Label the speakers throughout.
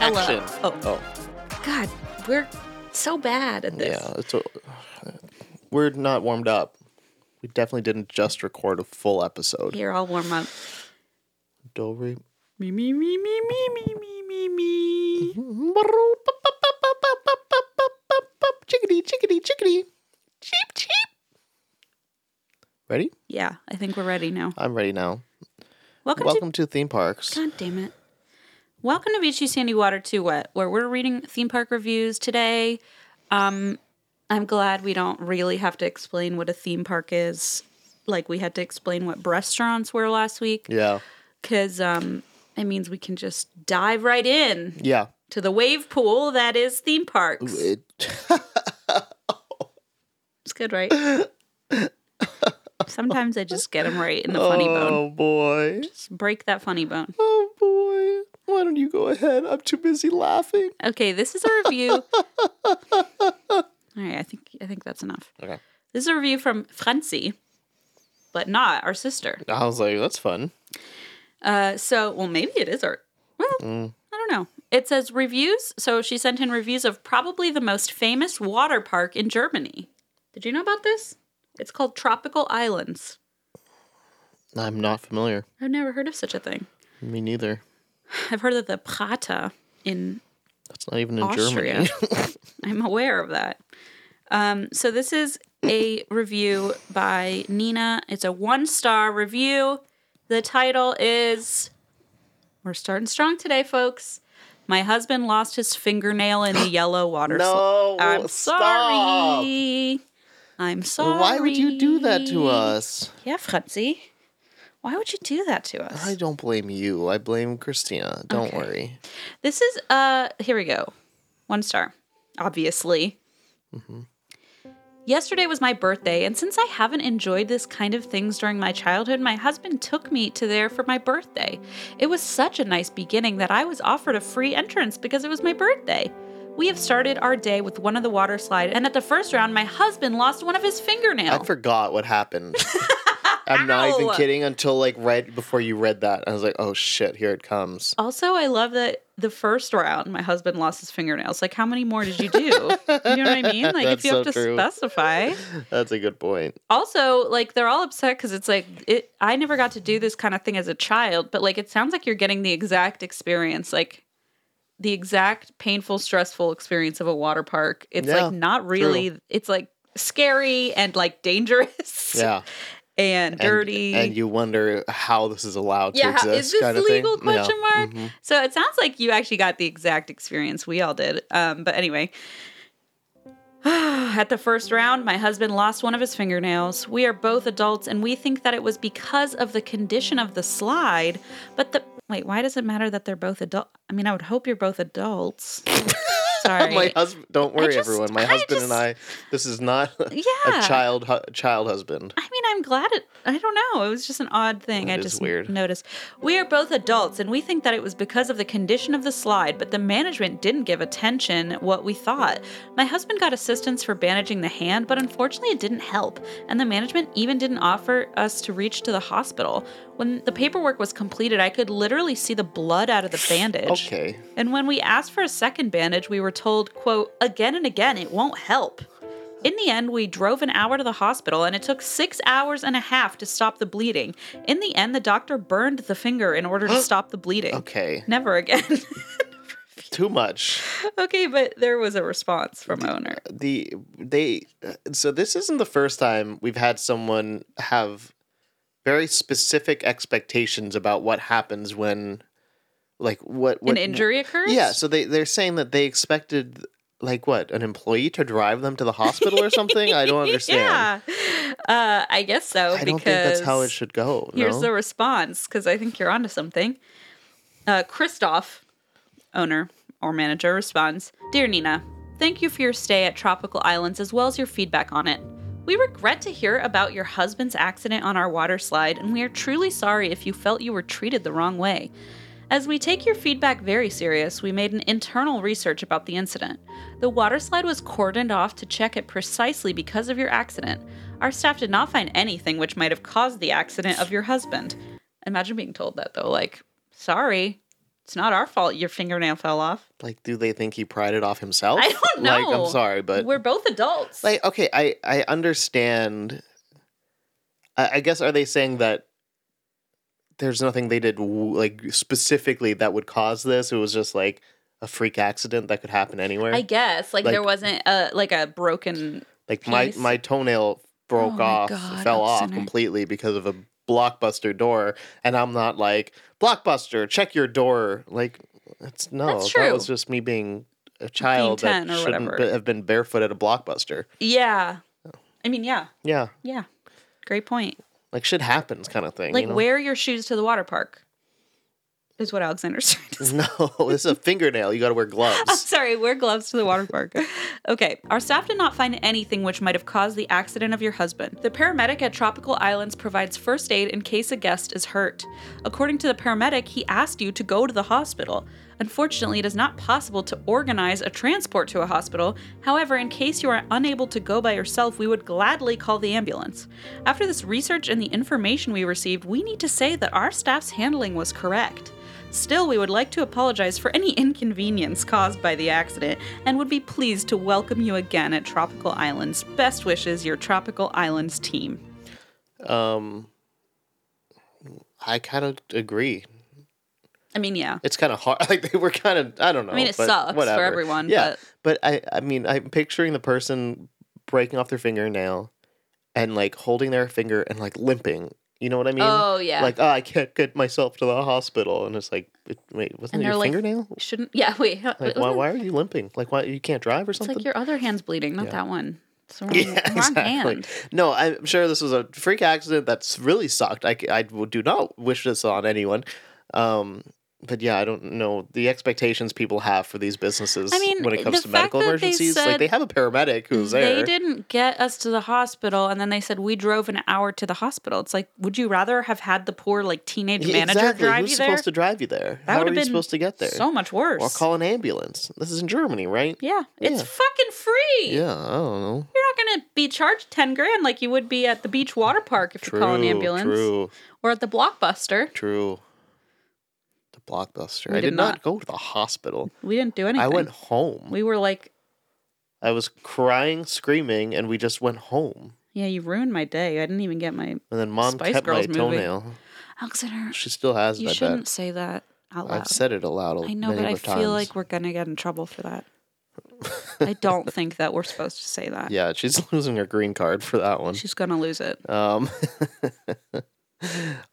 Speaker 1: Hello.
Speaker 2: Action.
Speaker 1: Oh. God, we're so bad at this.
Speaker 2: yeah. It's a, we're not warmed up. We definitely didn't just record a full episode.
Speaker 1: Here, I'll warm up.
Speaker 2: Do re-
Speaker 1: Me, me, me, me, me, me, me, me, me.
Speaker 2: Chickadee, chickadee, chickadee. Cheep, cheep. Ready?
Speaker 1: Yeah, I think we're ready now.
Speaker 2: I'm ready now.
Speaker 1: Welcome,
Speaker 2: Welcome to theme parks.
Speaker 1: to. God damn it. Welcome to Beachy Sandy Water Too Wet, where we're reading theme park reviews today. Um, I'm glad we don't really have to explain what a theme park is, like we had to explain what restaurants were last week,
Speaker 2: Yeah.
Speaker 1: because um, it means we can just dive right in
Speaker 2: Yeah.
Speaker 1: to the wave pool that is theme parks.
Speaker 2: It,
Speaker 1: It's good, right? Sometimes I just get them right in the funny bone.
Speaker 2: oh, boy.
Speaker 1: Just break that funny bone.
Speaker 2: Oh, boy. Why don't you go ahead? I'm too busy laughing.
Speaker 1: Okay, this is a review. All right, I think I think that's enough.
Speaker 2: Okay.
Speaker 1: This is a review from Francie, but not our sister.
Speaker 2: I was like, that's fun.
Speaker 1: Uh, so, well, maybe it is art. Well, I don't know. It says reviews. So she sent in reviews of probably the most famous water park in Germany. Did you know about this? It's called Tropical Islands.
Speaker 2: I'm not familiar.
Speaker 1: I've never heard of such a thing.
Speaker 2: Me neither.
Speaker 1: I've heard of the Prata in
Speaker 2: That's not even in
Speaker 1: Austria.
Speaker 2: Germany.
Speaker 1: I'm aware of that. Um, so this is a review by Nina. It's a one star review. The title is We're starting strong today, folks. My husband lost his fingernail in the yellow water.
Speaker 2: No,
Speaker 1: slide." I'm
Speaker 2: stop.
Speaker 1: sorry. I'm sorry.
Speaker 2: Why would you do that to us?
Speaker 1: Yeah, Franzi. Why would you do that to us?
Speaker 2: I don't blame you. I blame Christina. Don't worry.
Speaker 1: This is uh here we go. One star. Obviously. Mm-hmm. Yesterday was my birthday, and since I haven't enjoyed this kind of things during my childhood, my husband took me to there for my birthday. It was such a nice beginning that I was offered a free entrance because it was my birthday. We have started our day with one of the water slide, and at the first round, my husband lost one of his
Speaker 2: I
Speaker 1: fingernails.
Speaker 2: forgot what happened. I'm not even
Speaker 1: Oh. Ow.
Speaker 2: kidding until like right before you read that. I was like, oh shit, here it comes.
Speaker 1: Also, I love that the first round my husband lost his fingernails. Like, how many more did you do? you know what I mean? Like, if
Speaker 2: That's
Speaker 1: you have
Speaker 2: so
Speaker 1: to
Speaker 2: true.
Speaker 1: specify.
Speaker 2: That's a good point.
Speaker 1: Also, like, they're all upset because it's like, it, I never got to do this kind of thing as a child, but like, it sounds like you're getting the exact experience, like, the exact painful, stressful experience of a water park. It's
Speaker 2: Yeah,
Speaker 1: like not really, it's like scary and like dangerous
Speaker 2: Yeah.
Speaker 1: and
Speaker 2: And-
Speaker 1: dirty.
Speaker 2: And, you wonder how this is allowed to
Speaker 1: yeah,
Speaker 2: exist.
Speaker 1: how- is this
Speaker 2: kind of
Speaker 1: legal?
Speaker 2: Thing.
Speaker 1: Question
Speaker 2: Yeah. Mm-hmm.
Speaker 1: mark. So it sounds like you actually got the exact experience we all did. Um, but anyway, at the first round, my husband lost one of his fingernails. We are both adults, and we think that it was because of the condition of the slide. But the wait, why does it matter that they're both adult? I mean, I would hope you're both adults. Sorry.
Speaker 2: My husband. Don't worry,
Speaker 1: just-
Speaker 2: everyone. My
Speaker 1: I
Speaker 2: husband
Speaker 1: just-
Speaker 2: and I. This is not
Speaker 1: Yeah.
Speaker 2: a child hu- child husband.
Speaker 1: I mean, I'm glad it. I don't know. It was just an odd thing. I
Speaker 2: That is
Speaker 1: just
Speaker 2: weird.
Speaker 1: noticed. We are both adults, and we think that it was because of the condition of the slide, but the management didn't give attention what we thought. My husband got assistance for bandaging the hand, but unfortunately, it didn't help, and the management even didn't offer us to reach to the hospital. When the paperwork was completed, I could literally see the blood out of the bandage.
Speaker 2: Okay.
Speaker 1: And when we asked for a second bandage, we were told, quote, again and again, it won't help. In the end, we drove an hour to the hospital and it took six hours and a half to stop the bleeding. In the end, the doctor burned the finger in order to stop the bleeding.
Speaker 2: Okay.
Speaker 1: Never again.
Speaker 2: Too much.
Speaker 1: okay, but there was a response from owner.
Speaker 2: the they uh, so this isn't the first time we've had someone have very specific expectations about what happens when like what, what
Speaker 1: An injury occurs?
Speaker 2: yeah so they they're saying that they expected like what an employee to drive them to the hospital or something i don't understand
Speaker 1: Yeah. Uh, I guess so.
Speaker 2: i don't
Speaker 1: because
Speaker 2: think that's how it should go
Speaker 1: Here's
Speaker 2: no?
Speaker 1: the response because I think you're onto something. Uh, Christoph, owner or manager, responds Dear Nina, thank you for your stay at Tropical Islands as well as your feedback on it. We regret to hear about your husband's accident on our water slide, and we are truly sorry if you felt you were treated the wrong way. As we take your feedback very serious, we made an internal research about the incident. The water slide was cordoned off to check it precisely because of your accident. Our staff did not find anything which might have caused the accident of your husband. Imagine being told that though, like, sorry, it's not our fault your fingernail fell off.
Speaker 2: Like, do they think he pried it off himself?
Speaker 1: I don't
Speaker 2: Like,
Speaker 1: know.
Speaker 2: I'm sorry, but
Speaker 1: We're both adults.
Speaker 2: like, okay, I I understand. I, I guess are they saying that there's nothing they did w- like specifically that would cause this? It was just like a freak accident that could happen anywhere.
Speaker 1: I guess. Like,
Speaker 2: like-
Speaker 1: there wasn't a like a broken
Speaker 2: like my
Speaker 1: piece.
Speaker 2: my toenail broke
Speaker 1: Oh my
Speaker 2: off,
Speaker 1: God,
Speaker 2: fell off
Speaker 1: Oxenor.
Speaker 2: completely because of a blockbuster door, and I'm not like blockbuster, check your door. Like it's no,
Speaker 1: That's
Speaker 2: that
Speaker 1: true.
Speaker 2: was just me being a child
Speaker 1: 10
Speaker 2: that
Speaker 1: or
Speaker 2: shouldn't
Speaker 1: whatever.
Speaker 2: be- have been barefoot at a blockbuster.
Speaker 1: Yeah. I mean, yeah.
Speaker 2: Yeah,
Speaker 1: Yeah. Great point.
Speaker 2: like shit happens, kind of thing.
Speaker 1: Like
Speaker 2: you know?
Speaker 1: wear your shoes to the water park. Is what Alexander's trying to say.
Speaker 2: No, this is a fingernail. You got to wear
Speaker 1: I'm
Speaker 2: gloves.
Speaker 1: sorry, wear gloves to the water park. okay, our staff did not find anything which might have caused the accident of your husband. The paramedic at Tropical Islands provides first aid in case a guest is hurt. According to the paramedic, he asked you to go to the hospital. Unfortunately, it is not possible to organize a transport to a hospital. However, in case you are unable to go by yourself, we would gladly call the ambulance. After this research and the information we received, we need to say that our staff's handling was correct. Still, we would like to apologize for any inconvenience caused by the accident and would be pleased to welcome you again at Tropical Islands. Best wishes, your Tropical Islands team.
Speaker 2: um, I kind of agree.
Speaker 1: I mean, yeah.
Speaker 2: it's kind of hard. Like they were kind of, I don't know.
Speaker 1: mean, it
Speaker 2: but
Speaker 1: sucks for
Speaker 2: whatever.
Speaker 1: everyone,
Speaker 2: Yeah, but, I, I mean, I'm picturing the person breaking off their fingernail and like holding their finger and like limping. You know what I mean?
Speaker 1: Oh, yeah.
Speaker 2: Like, oh, I can't get myself to the hospital, and it's like, it- wait, wasn't
Speaker 1: And
Speaker 2: it your
Speaker 1: they're, like,
Speaker 2: fingernail?
Speaker 1: Shouldn't, yeah, wait. huh,
Speaker 2: Like,
Speaker 1: wasn't-
Speaker 2: why, why are you limping? Like, why you can't drive or
Speaker 1: it's
Speaker 2: something?
Speaker 1: like your other hand's bleeding, not
Speaker 2: Yeah.
Speaker 1: that one. It's the wrong,
Speaker 2: yeah,
Speaker 1: wrong
Speaker 2: exactly.
Speaker 1: hand.
Speaker 2: No, I'm sure this was a freak accident that's really sucked. I, c- I would- do not wish this on anyone. Um, but yeah, I don't know the expectations people have for these businesses
Speaker 1: I mean,
Speaker 2: when it comes
Speaker 1: the
Speaker 2: to medical
Speaker 1: fact that they
Speaker 2: emergencies. like
Speaker 1: said
Speaker 2: they have a paramedic who's there.
Speaker 1: They didn't get us to the hospital, and then they said we drove an hour to the hospital. It's like, would you rather have had the poor like teenage
Speaker 2: Yeah,
Speaker 1: manager
Speaker 2: exactly.
Speaker 1: drive
Speaker 2: Who's
Speaker 1: you there?
Speaker 2: supposed to drive you there?
Speaker 1: That
Speaker 2: How are
Speaker 1: would've
Speaker 2: you
Speaker 1: been
Speaker 2: supposed to get there?
Speaker 1: So much worse.
Speaker 2: or call an ambulance. This is in Germany, right?
Speaker 1: yeah, it's
Speaker 2: Yeah.
Speaker 1: fucking free.
Speaker 2: Yeah, I don't know.
Speaker 1: You're not going to be charged 10 grand like you would be at the beach water park if
Speaker 2: True,
Speaker 1: you call an ambulance
Speaker 2: true,
Speaker 1: or at the blockbuster.
Speaker 2: true. The blockbuster.
Speaker 1: We
Speaker 2: I
Speaker 1: did
Speaker 2: did not,
Speaker 1: not.
Speaker 2: go to the hospital.
Speaker 1: We didn't do anything.
Speaker 2: I went home.
Speaker 1: We were like,
Speaker 2: I was crying, screaming, and we just went home.
Speaker 1: yeah, you ruined my day. I didn't even get my
Speaker 2: And then mom
Speaker 1: Spice
Speaker 2: kept
Speaker 1: Girls
Speaker 2: my
Speaker 1: movie.
Speaker 2: toenail.
Speaker 1: Alexander.
Speaker 2: She still has
Speaker 1: You
Speaker 2: it, I
Speaker 1: shouldn't
Speaker 2: bet.
Speaker 1: say that out loud.
Speaker 2: I've said it aloud.
Speaker 1: I know, but I feel like we're gonna get in trouble for that. I don't think that we're supposed to say that.
Speaker 2: yeah, she's losing her green card for that one.
Speaker 1: She's gonna lose it.
Speaker 2: Um,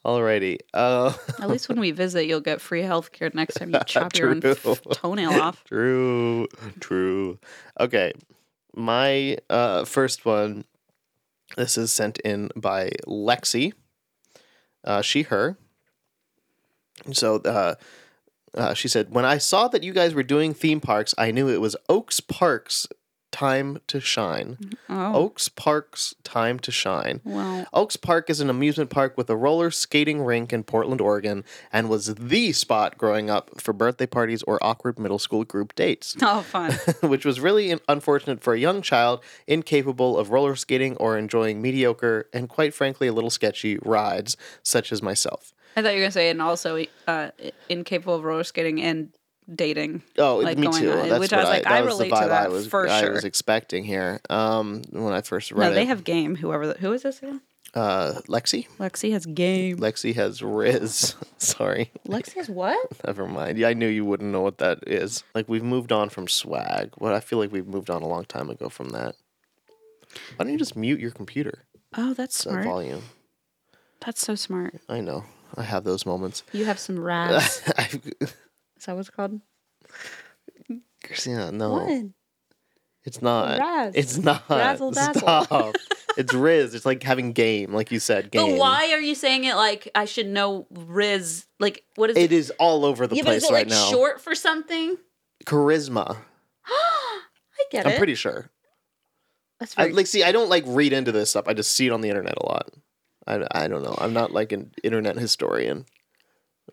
Speaker 2: alrighty. Uh,
Speaker 1: At least when we visit, you'll get free healthcare next time you chop your own
Speaker 2: True.
Speaker 1: f- toenail off.
Speaker 2: True, true. Okay, my uh, first one. This is sent in by Lexi. Uh, she, her. So uh, uh, she said, When I saw that you guys were doing theme parks, I knew it was Oaks Park's time to shine.
Speaker 1: Oh,
Speaker 2: Oaks Park's time to shine.
Speaker 1: well,
Speaker 2: Oaks Park is an amusement park with a roller skating rink in Portland, Oregon, and was the spot growing up for birthday parties or awkward middle school group dates,
Speaker 1: oh, fun.
Speaker 2: which was really unfortunate for a young child incapable of roller skating or enjoying mediocre and, quite frankly, a little sketchy rides, such as myself.
Speaker 1: I thought you were gonna say, and also uh, incapable of roller skating and dating.
Speaker 2: Oh,
Speaker 1: Like
Speaker 2: me
Speaker 1: going
Speaker 2: too.
Speaker 1: on-
Speaker 2: That's
Speaker 1: which I
Speaker 2: what
Speaker 1: was like,
Speaker 2: that
Speaker 1: I
Speaker 2: was the
Speaker 1: relate to
Speaker 2: vibe I
Speaker 1: that
Speaker 2: was,
Speaker 1: for
Speaker 2: I
Speaker 1: sure.
Speaker 2: was expecting here um, when I first read
Speaker 1: No, they
Speaker 2: it.
Speaker 1: have game. Whoever the, who is this again?
Speaker 2: uh, Lexi?
Speaker 1: Lexi has game.
Speaker 2: Lexi has Riz. Sorry.
Speaker 1: Lexi has what?
Speaker 2: Never mind. Yeah, I knew you wouldn't know what that is. Like we've moved on from swag. What I feel like we've moved on a long time ago from that. Why don't you just mute your computer
Speaker 1: Oh, that's
Speaker 2: so
Speaker 1: smart.
Speaker 2: volume?
Speaker 1: That's so smart.
Speaker 2: I know. I have those moments.
Speaker 1: You have some raps.
Speaker 2: I've,
Speaker 1: is that what it's called?
Speaker 2: Oh, Christina, no.
Speaker 1: What?
Speaker 2: It's not.
Speaker 1: Raz.
Speaker 2: It's not.
Speaker 1: Razzle dazzle.
Speaker 2: Stop. it's Riz. It's like having game, like you said. Game.
Speaker 1: But why are you saying it like I should know Riz? Like what is
Speaker 2: It is all over the
Speaker 1: yeah, but
Speaker 2: place
Speaker 1: is it
Speaker 2: right
Speaker 1: like
Speaker 2: now.
Speaker 1: short for something?
Speaker 2: Charisma.
Speaker 1: I get
Speaker 2: I'm
Speaker 1: it.
Speaker 2: pretty sure.
Speaker 1: That's
Speaker 2: I,
Speaker 1: very
Speaker 2: like, see, I don't like read into this stuff. I just see it on the internet a lot. I, I don't know. I'm not like an internet historian,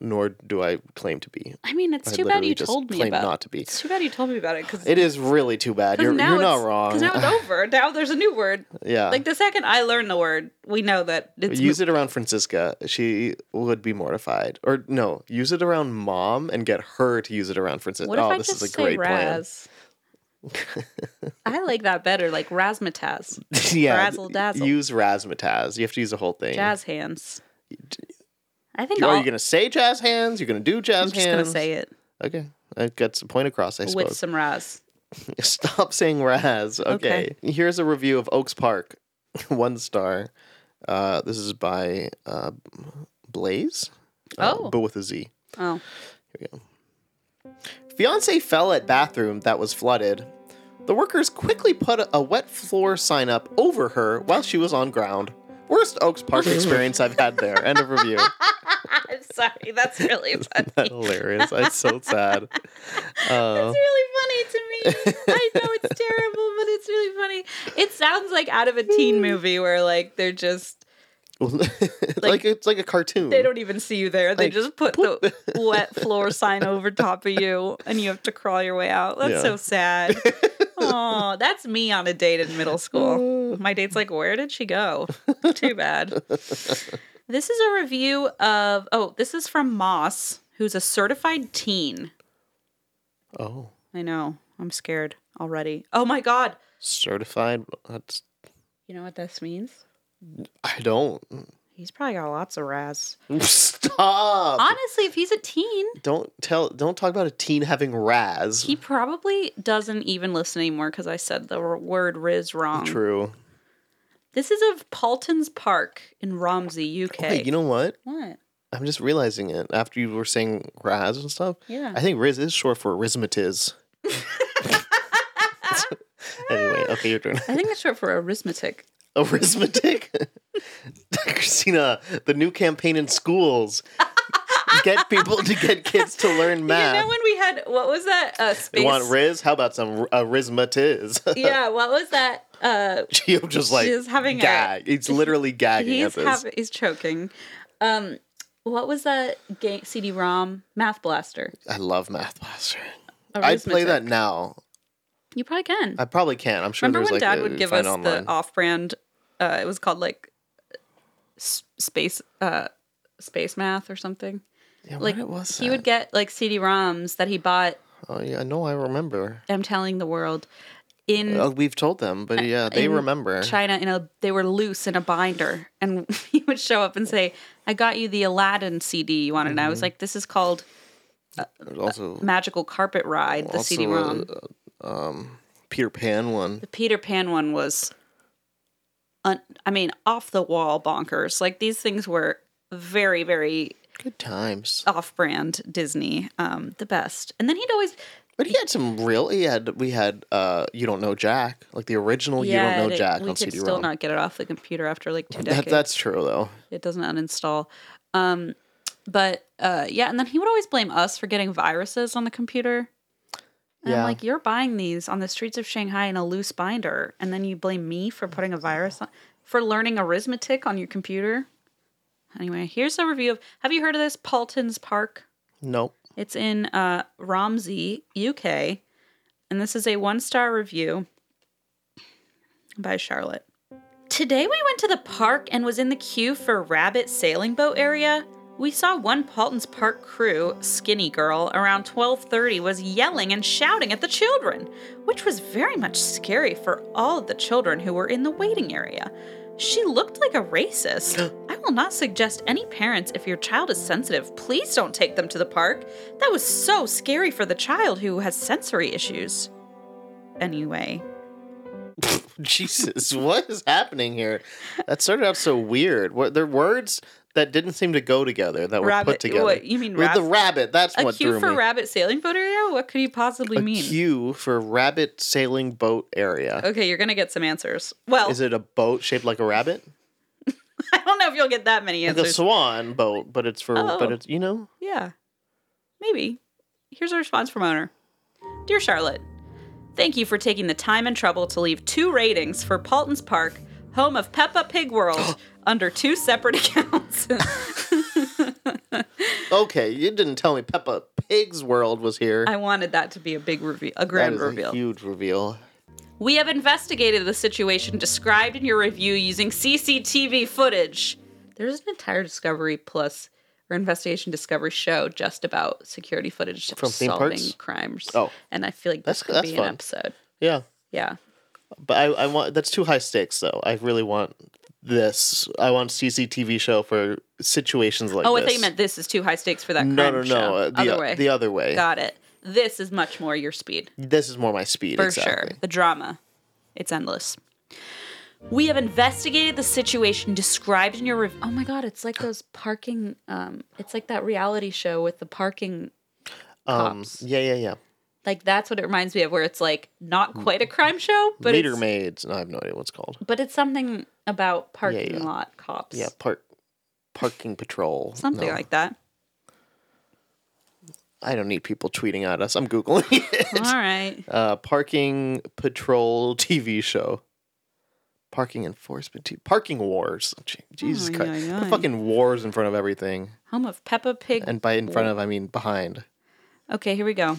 Speaker 2: nor do I claim to be.
Speaker 1: I mean, it's
Speaker 2: I
Speaker 1: too bad
Speaker 2: literally
Speaker 1: you
Speaker 2: just
Speaker 1: told me
Speaker 2: claim
Speaker 1: about.
Speaker 2: not to be.
Speaker 1: It's too bad you told me about it because
Speaker 2: It is really too bad. You're,
Speaker 1: now
Speaker 2: you're not
Speaker 1: it's-
Speaker 2: wrong.
Speaker 1: Because now it's over. Now there's a new word.
Speaker 2: yeah.
Speaker 1: Like the second I learn the word, we know that it's
Speaker 2: use it around Francisca. She would be mortified. Or no, use it around mom and get her to use it around Francisca.
Speaker 1: What if
Speaker 2: oh,
Speaker 1: I
Speaker 2: this
Speaker 1: just
Speaker 2: is a
Speaker 1: say
Speaker 2: great
Speaker 1: Raz? I like that better, like razzmatazz,
Speaker 2: plan. yeah.
Speaker 1: Razzle dazzle.
Speaker 2: Use razzmatazz. You have to use the whole thing.
Speaker 1: jazz hands. I think
Speaker 2: You-
Speaker 1: all,
Speaker 2: are you going to say jazz hands? You're going to do
Speaker 1: I'm
Speaker 2: jazz
Speaker 1: just
Speaker 2: hands?
Speaker 1: gonna say it
Speaker 2: Okay. That gets the point across, I
Speaker 1: with
Speaker 2: suppose.
Speaker 1: some Raz.
Speaker 2: Stop saying Raz. Okay. Here's a review of Oaks Park. One star. Uh, this is by uh, Blaze. Uh,
Speaker 1: Oh.
Speaker 2: But with a Z.
Speaker 1: Oh,
Speaker 2: Fiance fell at bathroom that was flooded. The workers quickly put a wet floor sign up over her while she was on ground. Worst Oaks Park experience I've had there. End of review.
Speaker 1: I'm sorry. That's really funny.
Speaker 2: That's hilarious. That's so sad. Uh,
Speaker 1: It's really funny to me. I know it's terrible, but it's really funny. It sounds like out of a teen movie where like they're just
Speaker 2: like,
Speaker 1: Like-
Speaker 2: it's like a cartoon.
Speaker 1: they don't even see you there. They
Speaker 2: Like,
Speaker 1: just put the wet floor sign over top of you and you have to crawl your way out. That's
Speaker 2: Yeah.
Speaker 1: so sad. Oh, that's me on a date in middle school. My date's like, "Where did she go?" Too bad. This is a review of Oh, this is from Moss, who's a certified teen.
Speaker 2: oh,
Speaker 1: I know. I'm scared already. Oh my god.
Speaker 2: certified. That's,
Speaker 1: You know what this means?
Speaker 2: I don't.
Speaker 1: He's probably got lots of razz.
Speaker 2: Stop.
Speaker 1: Honestly, if he's a teen,
Speaker 2: don't tell. Don't talk about a teen having Raz.
Speaker 1: he probably doesn't even listen anymore because I said the r- word Riz wrong.
Speaker 2: True.
Speaker 1: This is of Paulton's Park in Romsey, UK.
Speaker 2: Wait, you know what?
Speaker 1: what?
Speaker 2: I'm just realizing it after you were saying Raz and stuff.
Speaker 1: Yeah.
Speaker 2: I think Riz is short for arithmetiz. anyway, okay, you're doing
Speaker 1: I think that's short for arithmetic.
Speaker 2: arithmetic. Christina, the new campaign in schools. Get people to get kids to learn
Speaker 1: You
Speaker 2: math.
Speaker 1: know when we had what was that uh, space?
Speaker 2: Ah. you want Riz? How about some arithmetiz?
Speaker 1: yeah, what was that? Uh,
Speaker 2: Geo just like
Speaker 1: She's having a-
Speaker 2: gag. It's literally gagging
Speaker 1: he's
Speaker 2: at this.
Speaker 1: hav- he's choking. Um, what was that game CD-ROM Math Blaster?
Speaker 2: I love Math Blaster. I'd play
Speaker 1: Arithmetic.
Speaker 2: that now.
Speaker 1: You probably can.
Speaker 2: I probably can. I'm sure
Speaker 1: Remember
Speaker 2: there's
Speaker 1: when
Speaker 2: like
Speaker 1: Dad
Speaker 2: a-
Speaker 1: would
Speaker 2: you
Speaker 1: give
Speaker 2: find
Speaker 1: us
Speaker 2: online.
Speaker 1: the off-brand? Uh, it was called like s- space uh, space math or something.
Speaker 2: yeah,
Speaker 1: Like
Speaker 2: what was
Speaker 1: he would get like CD-ROMs that he bought.
Speaker 2: Oh yeah, I know I remember.
Speaker 1: I'm telling the world in
Speaker 2: Uh, we've told them, but yeah, they
Speaker 1: Mm. in
Speaker 2: remember.
Speaker 1: China. You know they were loose in a binder, and he would show up and say, "I got you the Aladdin CD you wanted." And I
Speaker 2: Mm-hmm.
Speaker 1: was like, "This is called
Speaker 2: There's also
Speaker 1: Magical Carpet Ride." uh, The
Speaker 2: also
Speaker 1: CD-ROM.
Speaker 2: a, um, Peter Pan one.
Speaker 1: The Peter Pan one was, un- I mean, off the wall bonkers. Like these things were very, very
Speaker 2: Good times.
Speaker 1: off brand Disney, um, the best. And then he'd always,
Speaker 2: But he had some real. He had we had uh, you don't know Jack, like the original you don't know
Speaker 1: it-
Speaker 2: Jack
Speaker 1: we
Speaker 2: on
Speaker 1: could
Speaker 2: CD
Speaker 1: still
Speaker 2: ROM.
Speaker 1: not get it off the computer after like two
Speaker 2: That,
Speaker 1: decades.
Speaker 2: that's true though.
Speaker 1: it doesn't uninstall. Um, but uh, yeah, and then he would always blame us for getting viruses on the computer. And I'm
Speaker 2: Yeah.
Speaker 1: like, you're buying these on the streets of Shanghai in a loose binder, and then you blame me for putting a virus on, for learning arithmetic on your computer. Anyway, here's a review of. Have you heard of this Paulton's Park?
Speaker 2: Nope.
Speaker 1: It's in uh, Romsey, UK, and this is a one-star review by Charlotte. Today we went to the park and was in the queue for Rabbit Sailing Boat area. We saw one Paulton's Park crew, Skinny Girl, around 12:30 was yelling and shouting at the children, which was very much scary for all of the children who were in the waiting area. She looked like a racist. I will not suggest any parents if your child is sensitive, please don't take them to the park. That was so scary for the child who has sensory issues. Anyway,
Speaker 2: Jesus, what is happening here? That started out so weird. What their words? that didn't seem to go together that were put together.
Speaker 1: What, you mean
Speaker 2: With
Speaker 1: rab-
Speaker 2: the rabbit? That's
Speaker 1: a
Speaker 2: what
Speaker 1: Q
Speaker 2: drew
Speaker 1: for
Speaker 2: me.
Speaker 1: rabbit sailing boat area? What could he possibly
Speaker 2: a
Speaker 1: mean?
Speaker 2: Q for rabbit sailing boat area.
Speaker 1: Okay, you're gonna get some answers. Well,
Speaker 2: Is it a boat shaped like a rabbit?
Speaker 1: I don't know if you'll get that many
Speaker 2: Like a
Speaker 1: answers.
Speaker 2: swan boat, but it's for
Speaker 1: Oh.
Speaker 2: but it's you know
Speaker 1: Yeah. Maybe. Here's a response from owner Dear Charlotte, thank you for taking the time and trouble to leave two ratings for Paulton's Park, home of Peppa Pig World, under two separate accounts.
Speaker 2: Okay, you didn't tell me Peppa Pig's world was here.
Speaker 1: I wanted that to be a big reveal, a
Speaker 2: that
Speaker 1: grand
Speaker 2: is
Speaker 1: reveal.
Speaker 2: a huge reveal.
Speaker 1: we have investigated the situation described in your review using CCTV footage. There's an entire Discovery Plus or Investigation Discovery show just about security footage
Speaker 2: From theme
Speaker 1: solving
Speaker 2: parks?
Speaker 1: crimes.
Speaker 2: Oh.
Speaker 1: and I feel like
Speaker 2: That's-
Speaker 1: this could
Speaker 2: that's
Speaker 1: be
Speaker 2: fun.
Speaker 1: an episode.
Speaker 2: Yeah.
Speaker 1: Yeah.
Speaker 2: But I, I want that's too high stakes though. I really want this. I want CCTV show for situations like
Speaker 1: oh, I
Speaker 2: this.
Speaker 1: thought you meant this is too high stakes for that crime
Speaker 2: no, no, no.
Speaker 1: show.
Speaker 2: uh, The
Speaker 1: other way.
Speaker 2: the other way.
Speaker 1: Got it. This is much more your speed.
Speaker 2: This is more my speed.
Speaker 1: For
Speaker 2: exactly.
Speaker 1: sure. The drama. It's endless. We have investigated the situation described in your review. Oh my god, it's like those parking um it's like that reality show with the parking
Speaker 2: Um,
Speaker 1: Cops.
Speaker 2: yeah, yeah, yeah.
Speaker 1: like that's what it reminds me of where it's like not
Speaker 2: Mm.
Speaker 1: quite a crime show, but
Speaker 2: Meter
Speaker 1: it's,
Speaker 2: maids. No, I have no idea what's called.
Speaker 1: but it's something about parking
Speaker 2: yeah.
Speaker 1: lot cops.
Speaker 2: Yeah, park, parking patrol.
Speaker 1: Something
Speaker 2: No,
Speaker 1: like that.
Speaker 2: I don't need people tweeting at us. I'm googling it.
Speaker 1: All right.
Speaker 2: Uh, parking patrol TV show. Parking enforcement. T- parking wars. Je- Jesus
Speaker 1: Ay,
Speaker 2: Christ!
Speaker 1: ay,
Speaker 2: Put
Speaker 1: ay.
Speaker 2: fucking wars in front of everything,
Speaker 1: Home of Peppa Pig
Speaker 2: and by in front of I mean behind.
Speaker 1: Okay, here we go.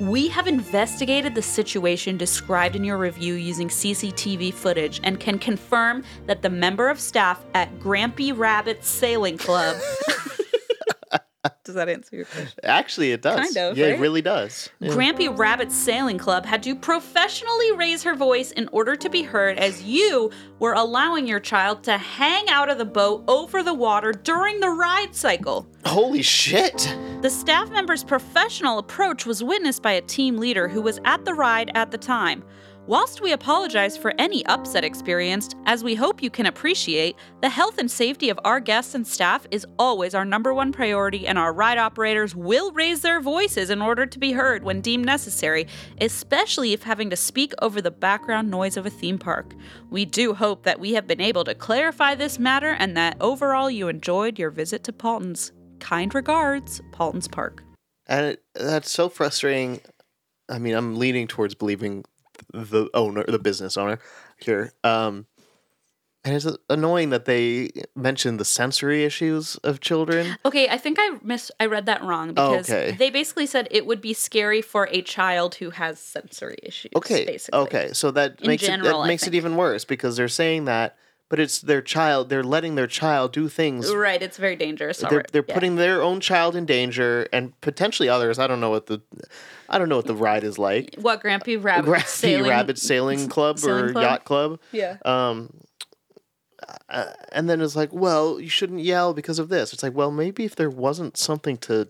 Speaker 1: We have investigated the situation described in your review using CCTV footage and can confirm that the member of staff at Grampy Rabbit Sailing Club. Does that answer your question?
Speaker 2: Actually, it does.
Speaker 1: Kind of,
Speaker 2: Yeah, it
Speaker 1: right?
Speaker 2: really does. Yeah.
Speaker 1: Grampy Rabbit Sailing Club had to professionally raise her voice in order to be heard as you were allowing your child to hang out of the boat over the water during the ride cycle.
Speaker 2: Holy shit!
Speaker 1: The staff member's professional approach was witnessed by a team leader who was at the ride at the time. Whilst we apologize for any upset experienced, as we hope you can appreciate, the health and safety of our guests and staff is always our number one priority, and our ride operators will raise their voices in order to be heard when deemed necessary, especially if having to speak over the background noise of a theme park. We do hope that we have been able to clarify this matter and that overall you enjoyed your visit to Paulton's. Kind regards, Paulton's Park.
Speaker 2: And it, that's so frustrating. I mean, I'm leaning towards believing the owner, the business owner here. Um, and it's annoying that they mentioned the sensory issues of children.
Speaker 1: Okay, I think I miss I read that wrong
Speaker 2: Oh,
Speaker 1: because
Speaker 2: okay.
Speaker 1: they basically said it would be scary for a child who has sensory issues.
Speaker 2: Okay,
Speaker 1: basically.
Speaker 2: okay, so that
Speaker 1: In
Speaker 2: makes
Speaker 1: general, I
Speaker 2: it, that makes it
Speaker 1: think.
Speaker 2: even worse because they're saying that, but it's their child. They're letting their child do things.
Speaker 1: Right, it's very dangerous.
Speaker 2: They're,
Speaker 1: alre-
Speaker 2: they're
Speaker 1: yeah.
Speaker 2: putting their own child in danger and potentially others. I don't know what the, I don't know what the ride is like.
Speaker 1: what Grampy Rabbit
Speaker 2: Rabbit
Speaker 1: sailing.
Speaker 2: Rabbit Sailing Club
Speaker 1: Sailing
Speaker 2: or
Speaker 1: Club?
Speaker 2: Yacht Club.
Speaker 1: Yeah.
Speaker 2: Um, uh, and then it's like, well, you shouldn't yell because of this. It's like, well, maybe if there wasn't something to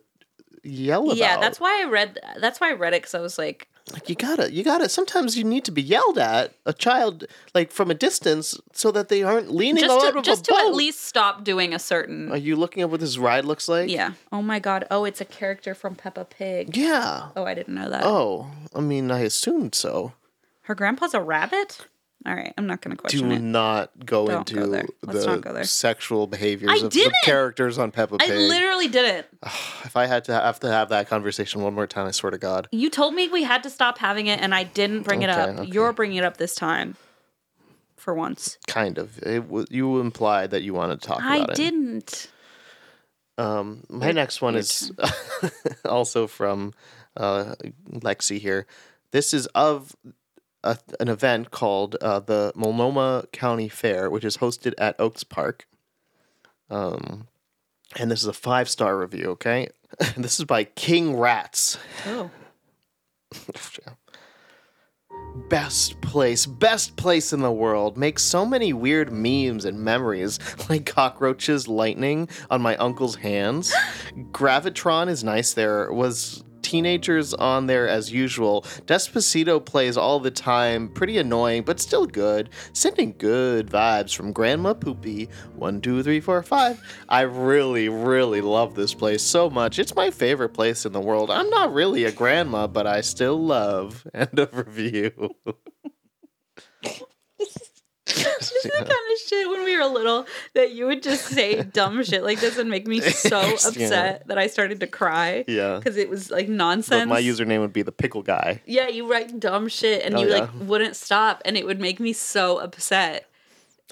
Speaker 2: yell about.
Speaker 1: Yeah, that's why I read that's why I read it cuz I was like
Speaker 2: like you gotta, you gotta. Sometimes you need to be yelled at a child, like from a distance, so that they aren't leaning
Speaker 1: just
Speaker 2: out
Speaker 1: to,
Speaker 2: of
Speaker 1: just
Speaker 2: a
Speaker 1: to
Speaker 2: boat.
Speaker 1: at least stop doing a certain
Speaker 2: Are you looking up what this ride looks like?
Speaker 1: Yeah. Oh my god. Oh, it's a character from Peppa Pig.
Speaker 2: Yeah.
Speaker 1: Oh, I didn't know that.
Speaker 2: Oh, I mean, I assumed so.
Speaker 1: Her grandpa's a rabbit? All right, I'm not going to question
Speaker 2: Do
Speaker 1: it.
Speaker 2: not go
Speaker 1: Don't go
Speaker 2: into
Speaker 1: there. Let's
Speaker 2: the
Speaker 1: not go there.
Speaker 2: sexual behaviors
Speaker 1: I
Speaker 2: of
Speaker 1: didn't!
Speaker 2: the characters on Peppa Pig.
Speaker 1: I literally didn't.
Speaker 2: If I had to have to have that conversation one more time, I swear to God.
Speaker 1: You told me we had to stop having it, and I didn't bring it
Speaker 2: Okay,
Speaker 1: up.
Speaker 2: okay.
Speaker 1: You're bringing it up this time, for once.
Speaker 2: Kind of. It w- you implied that you wanted to talk
Speaker 1: I
Speaker 2: about it.
Speaker 1: didn't.
Speaker 2: Um, my next one is also from uh, Lexi here. This is of a, an event called uh, the Multnomah County Fair, which is hosted at Oaks Park. Um, and this is a five star review, okay? this is by King Rats.
Speaker 1: Oh,
Speaker 2: Best place, best place in the world. Make so many weird memes and memories, like cockroaches lightning on my uncle's hands. Gravitron is nice there. Was teenagers on there as usual. Despacito plays all the time, pretty annoying, but still good, sending good vibes from Grandma Poopy. One, two, three, four, five. I really, really love this place so much. It's my favorite place in the world. I'm not really a grandma, but I still love. End of review.
Speaker 1: This is the kind of shit when we were little that you would just say dumb shit like this and make me so
Speaker 2: Yeah.
Speaker 1: upset that I started to cry
Speaker 2: yeah.
Speaker 1: because it was like
Speaker 2: But
Speaker 1: nonsense.
Speaker 2: my username would be the pickle guy.
Speaker 1: yeah, you write dumb shit and
Speaker 2: Oh,
Speaker 1: you
Speaker 2: yeah.
Speaker 1: like wouldn't stop, and it would make me so upset.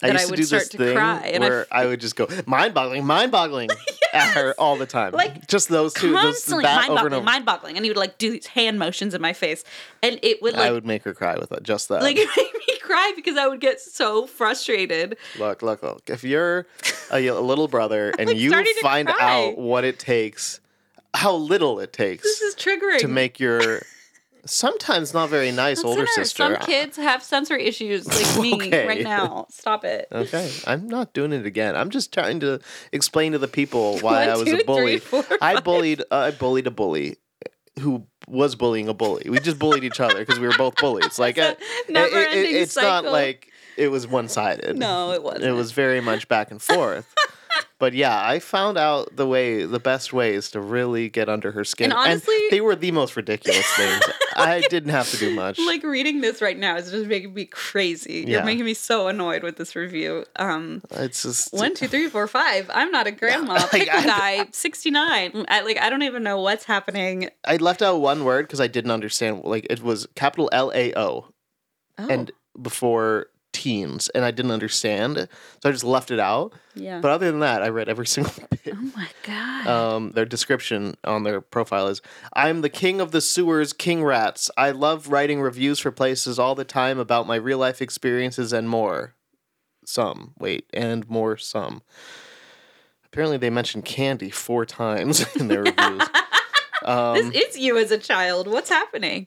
Speaker 2: I
Speaker 1: that I
Speaker 2: used
Speaker 1: would
Speaker 2: to do
Speaker 1: start
Speaker 2: this
Speaker 1: to
Speaker 2: thing
Speaker 1: cry, and I
Speaker 2: where I would just go mind boggling, mind boggling at her all the time.
Speaker 1: Like,
Speaker 2: just those two, those,
Speaker 1: Constantly
Speaker 2: that
Speaker 1: mind
Speaker 2: over and
Speaker 1: boggling,
Speaker 2: over.
Speaker 1: mind boggling, and he would like do these hand motions in my face, and it would like
Speaker 2: I would make her cry with it. Just that.
Speaker 1: like it made me cry because I would get so frustrated.
Speaker 2: look, look, look. If you're a, y- little brother and
Speaker 1: like,
Speaker 2: you
Speaker 1: starting to
Speaker 2: find
Speaker 1: cry.
Speaker 2: out what it takes, how little it takes
Speaker 1: This is triggering
Speaker 2: to make your sometimes not very nice
Speaker 1: That's
Speaker 2: older
Speaker 1: in our-
Speaker 2: sister.
Speaker 1: Some kids have sensory issues like me
Speaker 2: Okay. Uh,
Speaker 1: right now. Stop it.
Speaker 2: Okay, I'm not doing it again. I'm just trying to explain to the people why
Speaker 1: One,
Speaker 2: I was
Speaker 1: two,
Speaker 2: a
Speaker 1: three,
Speaker 2: bully.
Speaker 1: four,
Speaker 2: I
Speaker 1: five.
Speaker 2: bullied. uh, I bullied a bully who was bullying a bully. We just bullied each other because we were both bullies. Like uh,
Speaker 1: a never-ending
Speaker 2: it's not
Speaker 1: cycle.
Speaker 2: like it was one sided.
Speaker 1: No, it wasn't.
Speaker 2: it was very much back and forth. But yeah, I found out the way, the best ways to really get under her skin.
Speaker 1: And honestly-
Speaker 2: they were the most ridiculous things. I didn't have to do much.
Speaker 1: like reading this right now is just making me crazy.
Speaker 2: Yeah.
Speaker 1: You're making me so annoyed with this review. Um,
Speaker 2: it's just
Speaker 1: one, two, three, four, five. I'm not a grandma.
Speaker 2: Like,
Speaker 1: Pickle
Speaker 2: I-
Speaker 1: guy, sixty nine. I like. I don't even know what's happening.
Speaker 2: I left out one word because I didn't understand. Like it was capital L A O,
Speaker 1: Oh,
Speaker 2: and before teens, and I didn't understand, so I just left it out.
Speaker 1: Oh, yeah.
Speaker 2: But other than that, I read every single bit.
Speaker 1: oh my god.
Speaker 2: Um, their description on their profile is I'm the king of the sewers, king rats. I love writing reviews for places all the time about my real life experiences and more. Some, wait, and more, some. Apparently, they mentioned candy four times in their reviews. Um,
Speaker 1: this is you as a child. What's happening?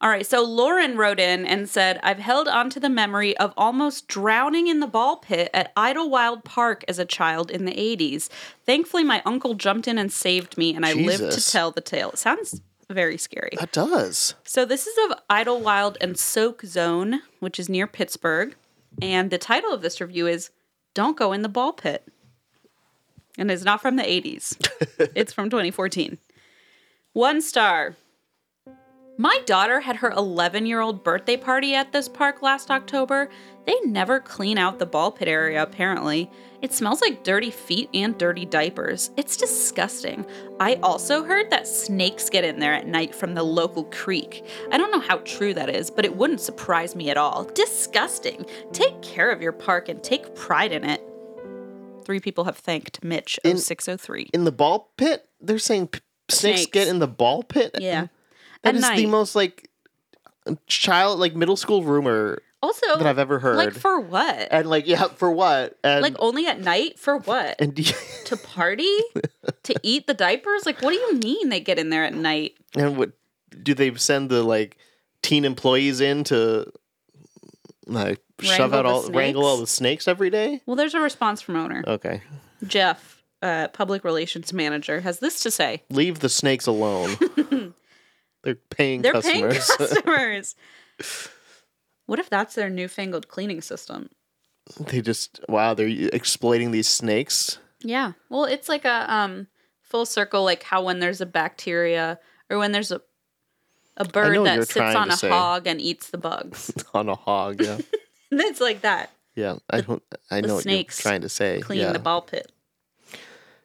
Speaker 1: All right, so Lauren wrote in and said, I've held on to the memory of almost drowning in the ball pit at Idlewild Park as a child in the 80s. Thankfully, my uncle jumped in and saved me, and I lived
Speaker 2: Jesus.
Speaker 1: to tell the tale. It sounds very scary.
Speaker 2: That does.
Speaker 1: So, this is of Idlewild and Soak Zone, which is near Pittsburgh. And the title of this review is Don't Go in the Ball Pit. And it's not from the 80s, it's from 2014. One star. My daughter had her 11 year old birthday party at this park last October. They never clean out the ball pit area, apparently. It smells like dirty feet and dirty diapers. It's disgusting. I also heard that snakes get in there at night from the local creek. I don't know how true that is, but it wouldn't surprise me at all. Disgusting. Take care of your park and take pride in it. Three people have thanked Mitch
Speaker 2: In-
Speaker 1: 0603.
Speaker 2: In the ball pit? They're saying p- snakes,
Speaker 1: Snakes.
Speaker 2: get in the ball pit?
Speaker 1: yeah. At
Speaker 2: That is the
Speaker 1: night.
Speaker 2: most like child, like middle school rumor
Speaker 1: Also,
Speaker 2: that I've ever heard.
Speaker 1: like for what?
Speaker 2: and like, yeah, for what? And,
Speaker 1: like only at night for what?
Speaker 2: and
Speaker 1: to party? to eat the diapers? Like, what do you mean they get in there at night?
Speaker 2: And what do they send the like teen employees in to like shove
Speaker 1: Wrangle
Speaker 2: out
Speaker 1: the
Speaker 2: all wrangle all the
Speaker 1: snakes?
Speaker 2: snakes every day?
Speaker 1: Well, there's a response from owner.
Speaker 2: Okay,
Speaker 1: Oh. Jeff, uh, public relations manager, has this to say.
Speaker 2: leave the snakes alone. They're paying
Speaker 1: They're
Speaker 2: customers.
Speaker 1: paying customers. what if that's their newfangled cleaning system?
Speaker 2: they just wow, they're exploiting these snakes.
Speaker 1: Yeah. Well, it's like a um, full circle, like how when there's a bacteria or when there's a a bird
Speaker 2: know what
Speaker 1: that
Speaker 2: you're
Speaker 1: sits
Speaker 2: trying
Speaker 1: on
Speaker 2: to
Speaker 1: a
Speaker 2: say.
Speaker 1: hog and eats the bugs.
Speaker 2: On a hog, yeah,
Speaker 1: it's like that.
Speaker 2: yeah. I don't, I
Speaker 1: the
Speaker 2: know what you're
Speaker 1: snakes
Speaker 2: trying to say.
Speaker 1: Cleaning
Speaker 2: yeah.
Speaker 1: the ball pit.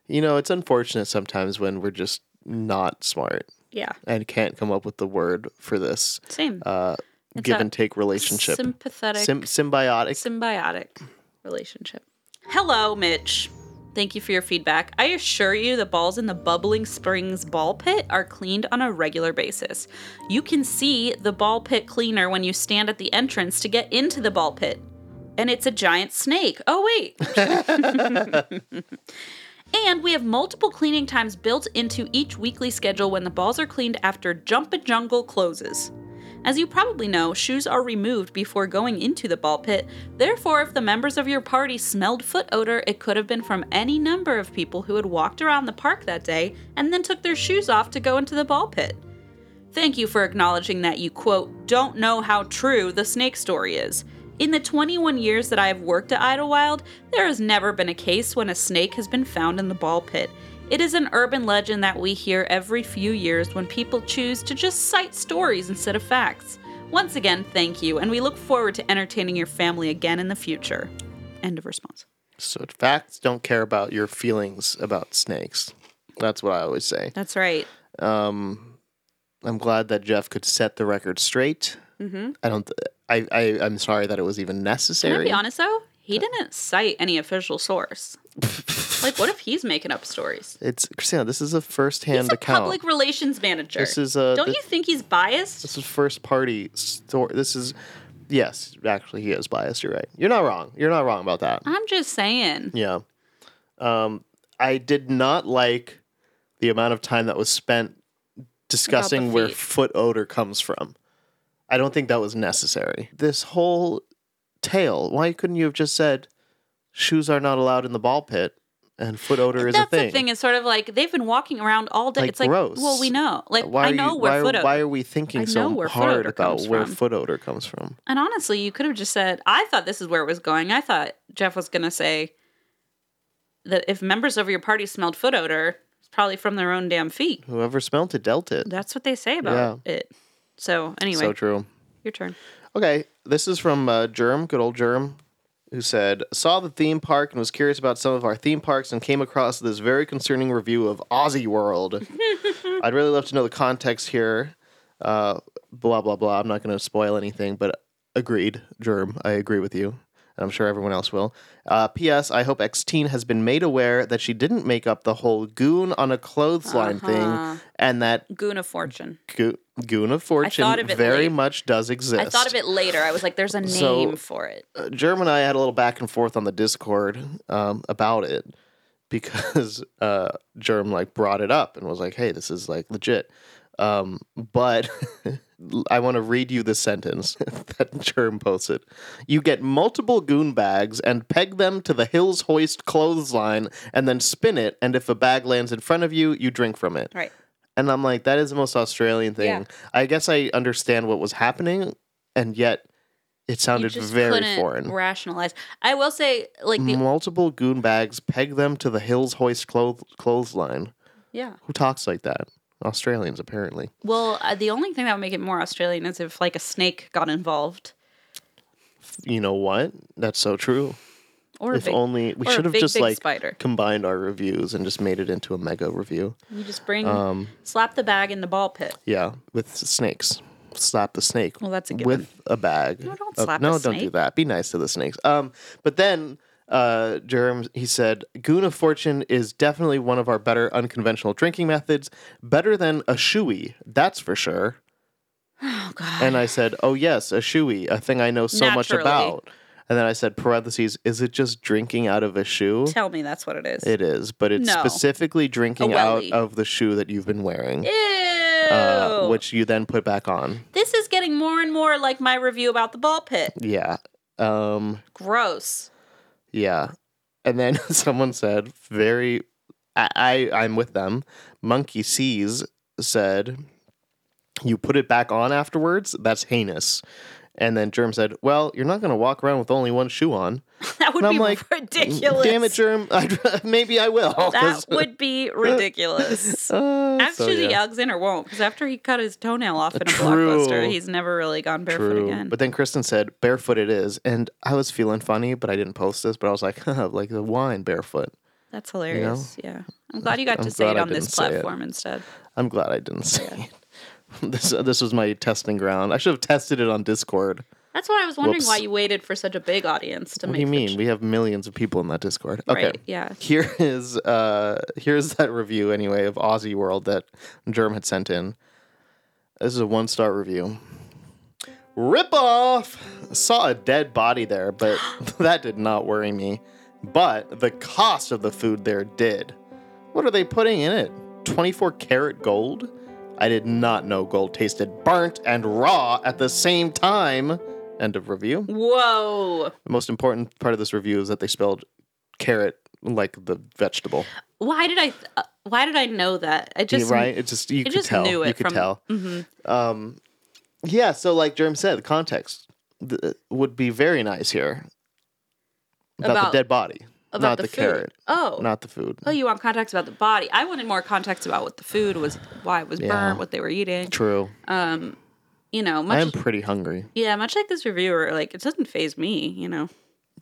Speaker 2: You know, it's unfortunate sometimes when we're just not smart
Speaker 1: Yeah.
Speaker 2: and can't come up with the word for this
Speaker 1: Same.
Speaker 2: uh,
Speaker 1: It's
Speaker 2: give
Speaker 1: a
Speaker 2: and take relationship,
Speaker 1: Sympathetic.
Speaker 2: Sym- symbiotic.
Speaker 1: symbiotic relationship. Hello, Mitch. Thank you for your feedback. I assure you the balls in the Bubbling Springs ball pit are cleaned on a regular basis. You can see the ball pit cleaner when you stand at the entrance to get into the ball pit. And it's a giant snake. Oh, wait. And we have multiple cleaning times built into each weekly schedule when the balls are cleaned after Jump a Jungle closes. As you probably know, shoes are removed before going into the ball pit. Therefore, if the members of your party smelled foot odor, it could have been from any number of people who had walked around the park that day and then took their shoes off to go into the ball pit. Thank you for acknowledging that you, quote, don't know how true the snake story is. In the 21 years that I have worked at Idlewild, there has never been a case when a snake has been found in the ball pit. It is an urban legend that we hear every few years when people choose to just cite stories instead of facts. Once again, thank you, and we look forward to entertaining your family again in the future. End of response.
Speaker 2: So facts don't care about your feelings about snakes. That's what I always say.
Speaker 1: That's right.
Speaker 2: Um, I'm glad that Jeff could set the record straight. Mm-hmm. I don't. I, I I'm sorry that it was even
Speaker 1: Can I
Speaker 2: necessary.
Speaker 1: be honest though? He didn't cite any official source. like, what if he's making up stories?
Speaker 2: It's Christina. This is a first-hand
Speaker 1: He's a
Speaker 2: account.
Speaker 1: public relations manager.
Speaker 2: This is a-
Speaker 1: Don't
Speaker 2: this-
Speaker 1: you think he's biased?
Speaker 2: This is first party story. This is, yes, actually, he is biased. You're right. You're not wrong. You're not wrong about that.
Speaker 1: I'm just saying.
Speaker 2: Yeah. Um, I did not like the amount of time that was spent discussing where
Speaker 1: feet.
Speaker 2: foot odor comes from. I don't think that was necessary. This whole tale, why couldn't you have just said shoes are not allowed in the ball pit and foot odor is
Speaker 1: That's
Speaker 2: a thing?
Speaker 1: the thing. It's sort of like they've been walking around all day.
Speaker 2: Like,
Speaker 1: it's like,
Speaker 2: gross.
Speaker 1: well, we know. Like,
Speaker 2: why are
Speaker 1: I know
Speaker 2: you,
Speaker 1: where
Speaker 2: why,
Speaker 1: foot odor.
Speaker 2: why are we thinking
Speaker 1: I know
Speaker 2: so
Speaker 1: where foot
Speaker 2: hard
Speaker 1: odor
Speaker 2: about
Speaker 1: comes
Speaker 2: where
Speaker 1: from.
Speaker 2: foot odor comes from?
Speaker 1: and honestly, you could have just said, I thought this is where it was going. I thought Jeff was going to say that if members of your party smelled foot odor, it's probably from their own damn feet.
Speaker 2: Whoever smelt it dealt it.
Speaker 1: That's what they say about it. So, anyway,
Speaker 2: So true.
Speaker 1: your turn.
Speaker 2: Okay, this is from uh, Germ, good old Germ, who said, Saw the theme park and was curious about some of our theme parks and came across this very concerning review of Aussie World. I'd really love to know the context here. Uh, blah, blah, blah. I'm not going to spoil anything, but agreed, Germ. I agree with you. And I'm sure everyone else will. Uh, P.S. I hope Xteen has been made aware that she didn't make up the whole goon on a clothesline
Speaker 1: Uh-huh.
Speaker 2: thing and that
Speaker 1: Goon of Fortune.
Speaker 2: go- goon of fortune
Speaker 1: of it
Speaker 2: very
Speaker 1: late.
Speaker 2: much does exist.
Speaker 1: I thought of it later. I was like, there's a name
Speaker 2: So-
Speaker 1: for it.
Speaker 2: uh, Germ and I had a little back and forth on the Discord um, about it because uh, Germ like brought it up and was like, "Hey, this is like legit." Um, but I want to read you the sentence that Germ posted. You get multiple goon bags and peg them to the hills hoist clothesline and then spin it. And if a bag lands in front of you, you drink from it.
Speaker 1: Right.
Speaker 2: And I'm like, that is the most Australian thing.
Speaker 1: Yeah.
Speaker 2: I guess I understand what was happening, and yet it sounded very
Speaker 1: couldn't
Speaker 2: foreign.
Speaker 1: rationalize. I will say, like, the,
Speaker 2: Multiple goon bags peg them to the hills hoist cloth- clothesline.
Speaker 1: yeah.
Speaker 2: Who talks like that? Australians, apparently.
Speaker 1: Well, uh, the only thing that would make it more Australian is if, like, a snake got involved.
Speaker 2: You know what? That's so true.
Speaker 1: Or a
Speaker 2: if
Speaker 1: big,
Speaker 2: only we
Speaker 1: or a
Speaker 2: should have
Speaker 1: big,
Speaker 2: just
Speaker 1: big
Speaker 2: like
Speaker 1: spider.
Speaker 2: combined our reviews and just made it into a mega review.
Speaker 1: You just bring,
Speaker 2: Um,
Speaker 1: slap the bag in the ball pit.
Speaker 2: Yeah, with snakes. Slap the snake.
Speaker 1: Well, that's a given.
Speaker 2: with a bag.
Speaker 1: No, don't
Speaker 2: Uh,
Speaker 1: slap
Speaker 2: no,
Speaker 1: a
Speaker 2: don't do
Speaker 1: snake.
Speaker 2: that. Be nice to the snakes. Um, but then uh, Jerem he said, "Goon of Fortune is definitely one of our better unconventional drinking methods. Better than a shoey, that's for sure."
Speaker 1: Oh, God.
Speaker 2: And I said, "Oh yes, a shoey, a thing I know so much
Speaker 1: Naturally.
Speaker 2: about." And then I said, "Parentheses, is it just drinking out of a shoe?"
Speaker 1: Oh, Tell me that's what it is.
Speaker 2: It is, but it's
Speaker 1: No.
Speaker 2: specifically drinking out
Speaker 1: wellie.
Speaker 2: of the shoe that you've been wearing,
Speaker 1: Ew.
Speaker 2: uh, which you then put back on.
Speaker 1: this is getting more and more like my review about the ball pit.
Speaker 2: Yeah. Um,
Speaker 1: Gross.
Speaker 2: Yeah. And then someone said, very, I, I, I'm with them. Monkey Sees said, You put it back on afterwards? That's heinous. And then Germ said, Well, you're not going to walk around with only one shoe on.
Speaker 1: That would
Speaker 2: And I'm
Speaker 1: be
Speaker 2: like,
Speaker 1: ridiculous.
Speaker 2: Damn it, Germ. I'd, maybe I will. 'cause-
Speaker 1: That would be ridiculous.
Speaker 2: Uh, so
Speaker 1: Actually,
Speaker 2: yeah,
Speaker 1: Alexander won't because after he cut his toenail off in a
Speaker 2: True.
Speaker 1: blockbuster, he's never really gone barefoot
Speaker 2: True.
Speaker 1: again.
Speaker 2: But then Kristen said, Barefoot it is. And I was feeling funny, but I didn't post this. But I was like, like the wine barefoot.
Speaker 1: That's hilarious. Yeah, I'm glad you got
Speaker 2: I'm
Speaker 1: to say
Speaker 2: glad
Speaker 1: it
Speaker 2: I
Speaker 1: on this
Speaker 2: didn't say it.
Speaker 1: platform instead.
Speaker 2: I'm uh, glad I didn't say it. This this was my testing ground. I should have tested it on Discord.
Speaker 1: That's what I was wondering
Speaker 2: Whoops.
Speaker 1: why you waited for such a big audience to
Speaker 2: What
Speaker 1: make
Speaker 2: do you mean?
Speaker 1: such-
Speaker 2: We have millions of people in that Discord. Okay.
Speaker 1: Right, yeah.
Speaker 2: Here is uh here's that review anyway of Aussie World that Germ had sent in. This is a one star review. Rip off! Saw a dead body there, but that did not worry me. But the cost of the food there did. What are they putting in it? 24 karat gold? I did not know gold tasted burnt and raw at the same time. End of review.
Speaker 1: Whoa.
Speaker 2: The most important part of this review is that they spelled carrot like the vegetable.
Speaker 1: Why did I th- uh, why did I know that? I just
Speaker 2: Yeah, right? It just you
Speaker 1: I
Speaker 2: could
Speaker 1: just
Speaker 2: tell.
Speaker 1: knew it
Speaker 2: you could
Speaker 1: from
Speaker 2: tell.
Speaker 1: Mhm.
Speaker 2: Um, yeah. So, like Jerem said, the context th- would be very nice here about,
Speaker 1: About-
Speaker 2: the dead body,
Speaker 1: about
Speaker 2: not
Speaker 1: the,
Speaker 2: the,
Speaker 1: food.
Speaker 2: carrot,
Speaker 1: Oh.
Speaker 2: not the food.
Speaker 1: Oh, you want context about the body. I wanted more context about what the food was, why it was
Speaker 2: Yeah.
Speaker 1: burnt, what they were eating.
Speaker 2: True.
Speaker 1: Um, you know,
Speaker 2: I
Speaker 1: much
Speaker 2: am pretty hungry.
Speaker 1: yeah, much like this reviewer, like it doesn't phase me, you know.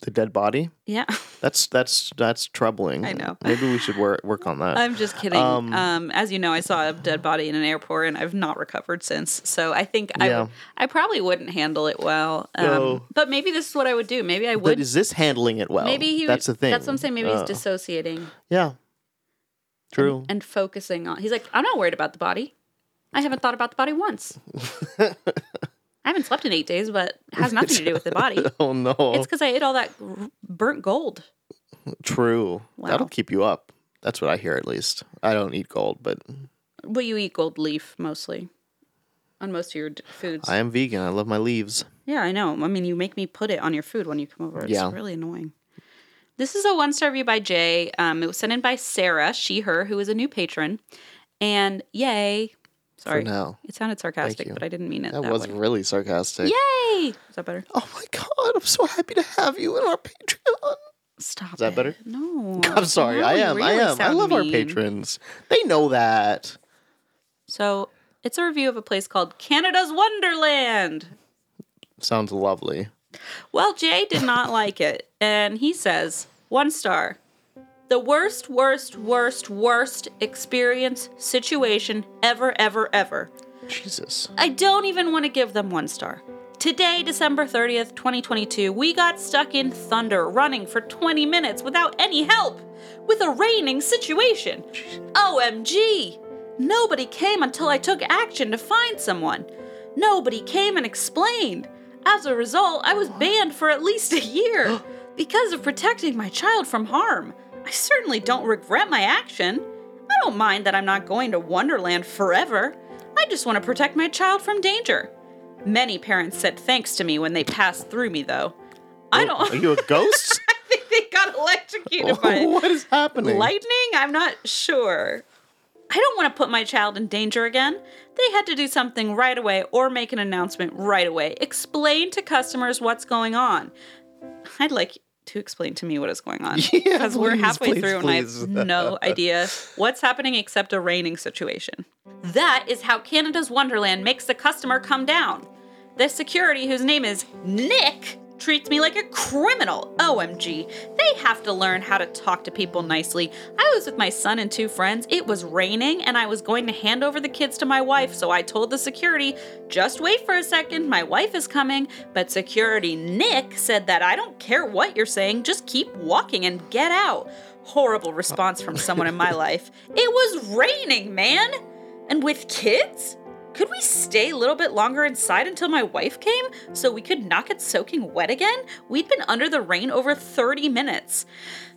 Speaker 2: The dead body.
Speaker 1: Yeah.
Speaker 2: That's that's that's troubling.
Speaker 1: I know.
Speaker 2: Maybe we should work work on that.
Speaker 1: I'm just kidding. Um,
Speaker 2: Um,
Speaker 1: as you know, I saw a dead body in an airport, and I've not recovered since. So I think I,
Speaker 2: Yeah.
Speaker 1: would, I probably wouldn't handle it well. Um,
Speaker 2: No.
Speaker 1: But maybe this is what I would do. Maybe I
Speaker 2: but
Speaker 1: would.
Speaker 2: is this handling it well?
Speaker 1: maybe he.
Speaker 2: That's the thing.
Speaker 1: That's what I'm saying. Maybe
Speaker 2: Uh,
Speaker 1: he's dissociating
Speaker 2: Yeah. True.
Speaker 1: and focusing on. He's like, I'm not worried about the body. I haven't thought about the body once. I haven't slept in eight days, but it has nothing to do with the body.
Speaker 2: oh no.
Speaker 1: It's because I ate all that r- burnt gold.
Speaker 2: True.
Speaker 1: Wow.
Speaker 2: That'll keep you up. That's what I hear, at least. I don't eat gold, but
Speaker 1: Well, you eat gold leaf mostly on most of your d- foods.
Speaker 2: I am vegan. I love my leaves.
Speaker 1: Yeah, I know. I mean, you make me put it on your food when you come over. It's
Speaker 2: Yeah.
Speaker 1: really annoying. This is a one star review by Jay. Um, it was sent in by Sarah, she, her, who is a new patron. And yay. Sorry.
Speaker 2: For now.
Speaker 1: It sounded sarcastic,
Speaker 2: you.
Speaker 1: but I didn't mean it
Speaker 2: That,
Speaker 1: that,
Speaker 2: was
Speaker 1: way.
Speaker 2: really sarcastic.
Speaker 1: Yay! Is that better?
Speaker 2: Oh my god, I'm so happy to have you in our Patreon.
Speaker 1: Stop. Is
Speaker 2: that better?
Speaker 1: No.
Speaker 2: I'm sorry.
Speaker 1: Now
Speaker 2: I
Speaker 1: you
Speaker 2: am. I
Speaker 1: really
Speaker 2: am. I
Speaker 1: sound
Speaker 2: love our
Speaker 1: mean.
Speaker 2: patrons. They know that.
Speaker 1: So it's a review of a place called Canada's Wonderland.
Speaker 2: Sounds lovely.
Speaker 1: Well, Jay did not like it, and he says one star. The worst, worst, worst, worst experience situation ever, ever, ever.
Speaker 2: Jesus.
Speaker 1: I don't even want to give them one star. Today, December 30th, 2022, we got stuck in thunder running for 20 minutes without any help with a raining situation. OMG! Nobody came until I took action to find someone. Nobody came and explained. As a result, I was banned for at least a year because of protecting my child from harm. I certainly don't regret my action. I don't mind that I'm not going to Wonderland forever. I just want to protect my child from danger. Many parents said thanks to me when they passed through me, though. I don't.
Speaker 2: Are you a ghost?
Speaker 1: I think they got electrocuted by it.
Speaker 2: what is happening?
Speaker 1: Lightning? I'm not sure. I don't want to put my child in danger again. They had to do something right away or make an announcement right away. Explain to customers what's going on. I'd like to explain to me what is going on
Speaker 2: Yeah,
Speaker 1: because we're
Speaker 2: please,
Speaker 1: halfway
Speaker 2: please,
Speaker 1: through
Speaker 2: please.
Speaker 1: and I have no idea what's happening except a raining situation. That is how Canada's Wonderland makes the customer come down. The security, whose name is Nick, treats me like a criminal. OMG. They have to learn how to talk to people nicely. I was with my son and two friends. It was raining, and I was going to hand over the kids to my wife, so I told the security, just wait for a second, my wife is coming. But security Nick said that I don't care what you're saying, just keep walking and get out. Horrible response from someone in my life. It was raining, man! And with kids? Could we stay a little bit longer inside until my wife came so we could not get soaking wet again? We'd been under the rain over 30 minutes.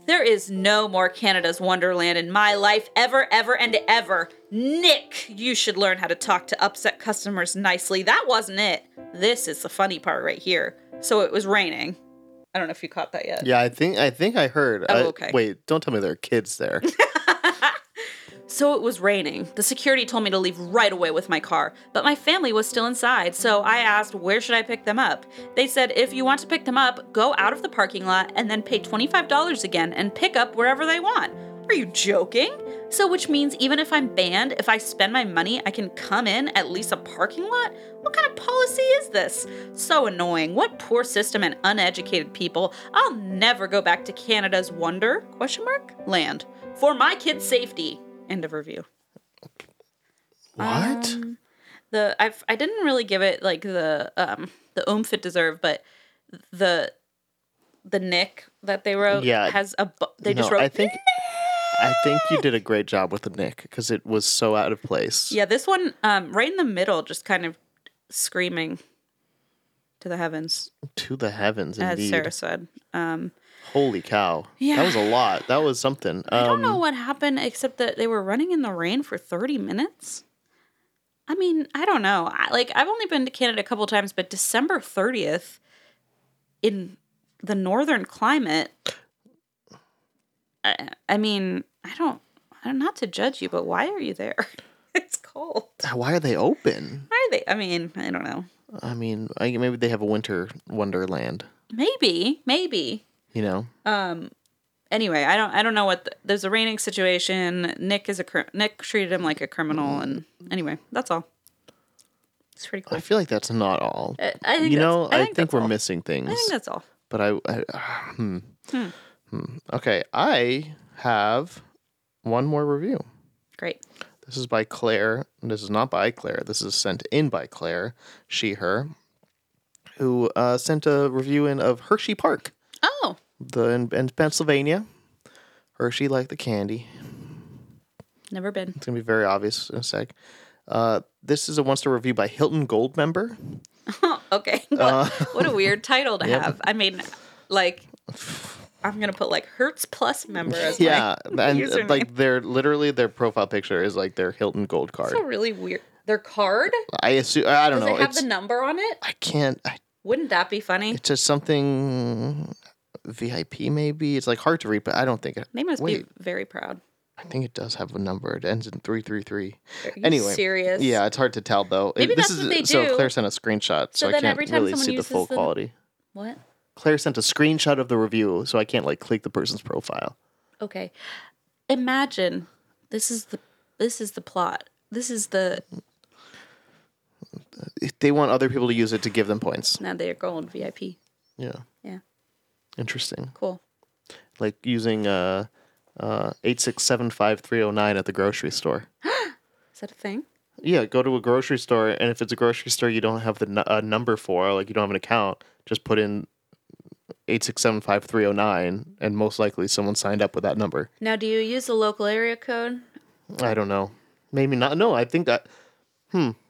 Speaker 1: There is no more Canada's Wonderland in my life ever, ever, and ever. Nick, you should learn how to talk to upset customers nicely. That wasn't it. This is the funny part right here. So it was raining. I don't know if you caught that yet.
Speaker 2: Yeah, I think I think I heard.
Speaker 1: Oh,
Speaker 2: I-
Speaker 1: okay.
Speaker 2: Wait, don't tell me there are kids there.
Speaker 1: So it was raining. The security told me to leave right away with my car, but my family was still inside, so I asked where should I pick them up. They said if you want to pick them up, go out of the parking lot and then pay $25 again and pick up wherever they want. Are you joking? So which means even if I'm banned, if I spend my money, I can come in at least a parking lot? What kind of policy is this? So annoying. What poor system and uneducated people. I'll never go back to Canada's wonder question mark land for my kids' safety. End of review.
Speaker 2: what?
Speaker 1: Um, the I've I didn't really give it like the um the oomph it deserved, but the the nick that they wrote
Speaker 2: Yeah.
Speaker 1: has a bu- they just
Speaker 2: No,
Speaker 1: wrote
Speaker 2: I think I think you did a great job with the Nick because it was so out of place.
Speaker 1: yeah this one um right in the middle just kind of screaming to the heavens
Speaker 2: To the heavens,
Speaker 1: as
Speaker 2: indeed.
Speaker 1: Sarah said um
Speaker 2: Holy cow.
Speaker 1: Yeah.
Speaker 2: That was a lot. That was something.
Speaker 1: I don't know
Speaker 2: Um,
Speaker 1: what happened except that they were running in the rain for 30 minutes. I mean, I don't know. I, like I've only been to Canada a couple times, but December 30th in the northern climate I, I mean, I don't I don't not to judge you, but why are you there? it's cold.
Speaker 2: Why are they open?
Speaker 1: Why are they? I mean, I don't know.
Speaker 2: I mean, I, maybe they have a winter wonderland,
Speaker 1: Maybe, maybe.
Speaker 2: you know?
Speaker 1: Um. Anyway, I don't. I don't know what. The, there's a raining situation. Nick is a cr- Nick treated him like a criminal, and anyway, that's all. It's pretty cool.
Speaker 2: I feel like that's not all.
Speaker 1: I, I think
Speaker 2: you
Speaker 1: that's-
Speaker 2: know, I think,
Speaker 1: that's
Speaker 2: we're
Speaker 1: all.
Speaker 2: missing things.
Speaker 1: I think that's all.
Speaker 2: but I, I ah, hmm. Hmm. Okay, I have one more review.
Speaker 1: Great.
Speaker 2: This is by Claire. and This is not by Claire. This is sent in by Claire, she, her, who uh, sent a review in of Hershey Park,
Speaker 1: Oh,
Speaker 2: the in, in Pennsylvania. Hershey like the candy.
Speaker 1: never been.
Speaker 2: It's gonna be very obvious in a sec. Uh, this is a one-star review by Hilton Gold member.
Speaker 1: okay. What,
Speaker 2: Uh,
Speaker 1: what a weird title to have. I mean, like, I'm gonna put like Hertz Plus member as
Speaker 2: Yeah,
Speaker 1: my
Speaker 2: and uh,
Speaker 1: username.
Speaker 2: like their literally their profile picture is like their Hilton Gold card.
Speaker 1: It's a really weird. Their card
Speaker 2: I assume I don't
Speaker 1: does
Speaker 2: know.
Speaker 1: it have
Speaker 2: it's,
Speaker 1: the number on it?
Speaker 2: I can't. I,
Speaker 1: Wouldn't that be funny?
Speaker 2: it's just something VIP maybe. It's like hard to read, but I don't think it.
Speaker 1: They must
Speaker 2: wait.
Speaker 1: be very proud.
Speaker 2: I think it does have a number. It ends in three three three.
Speaker 1: Are you
Speaker 2: Anyway,
Speaker 1: serious?
Speaker 2: Yeah, it's hard to tell though. It-
Speaker 1: Maybe
Speaker 2: this
Speaker 1: that's
Speaker 2: is
Speaker 1: what they
Speaker 2: so
Speaker 1: do.
Speaker 2: Claire sent a screenshot, so, I
Speaker 1: then
Speaker 2: can't
Speaker 1: every time
Speaker 2: really
Speaker 1: someone
Speaker 2: see the
Speaker 1: uses
Speaker 2: full
Speaker 1: the-
Speaker 2: quality.
Speaker 1: What?
Speaker 2: Claire sent a screenshot of the review, so I can't like click the person's profile.
Speaker 1: Okay. Imagine this is the this is the plot. This is the
Speaker 2: They want other people to use it to give them points.
Speaker 1: now they're going VIP.
Speaker 2: Yeah.
Speaker 1: Yeah.
Speaker 2: Interesting.
Speaker 1: Cool.
Speaker 2: Like using uh uh eight six seven five three oh nine at the grocery store.
Speaker 1: Is that a thing?
Speaker 2: Yeah, go to a grocery store, and if it's a grocery store you don't have the nu- a number for, like you don't have an account, just put in eight six seven five three oh nine, and most likely someone signed up with that number.
Speaker 1: Now do you use the local area code?
Speaker 2: I don't know. Maybe not. No, I think that.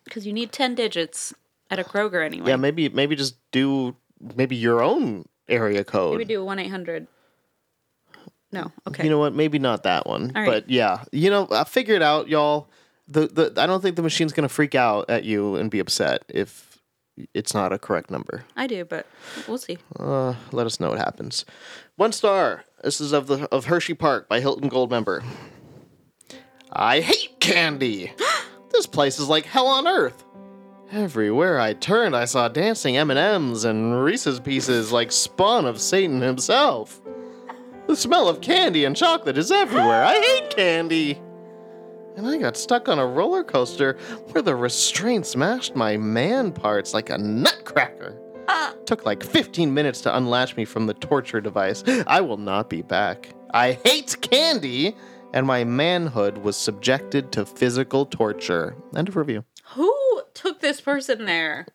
Speaker 1: Because you need ten digits at a Kroger anyway.
Speaker 2: Yeah, maybe maybe just do maybe your own area code.
Speaker 1: Maybe do one eight hundred. No. Okay.
Speaker 2: You know what? Maybe not that one.
Speaker 1: All right.
Speaker 2: But yeah, you know, I figure it out, y'all. The the I don't think the machine's gonna freak out at you and be upset if it's not a correct number.
Speaker 1: I do, but we'll see.
Speaker 2: Uh, let us know what happens. One star. This is of the of Hershey Park by Hilton Gold member. I hate candy. this place is like hell on earth. Everywhere I turned, I saw dancing M&Ms and Reese's pieces like spawn of Satan himself. The smell of candy and chocolate is everywhere. I hate candy. And I got stuck on a roller coaster where the restraints mashed my man parts like a nutcracker took like 15 minutes to unlatch me from the torture device. I will not be back. I hate candy, and my manhood was subjected to physical torture. End of review.
Speaker 1: Who took this person there?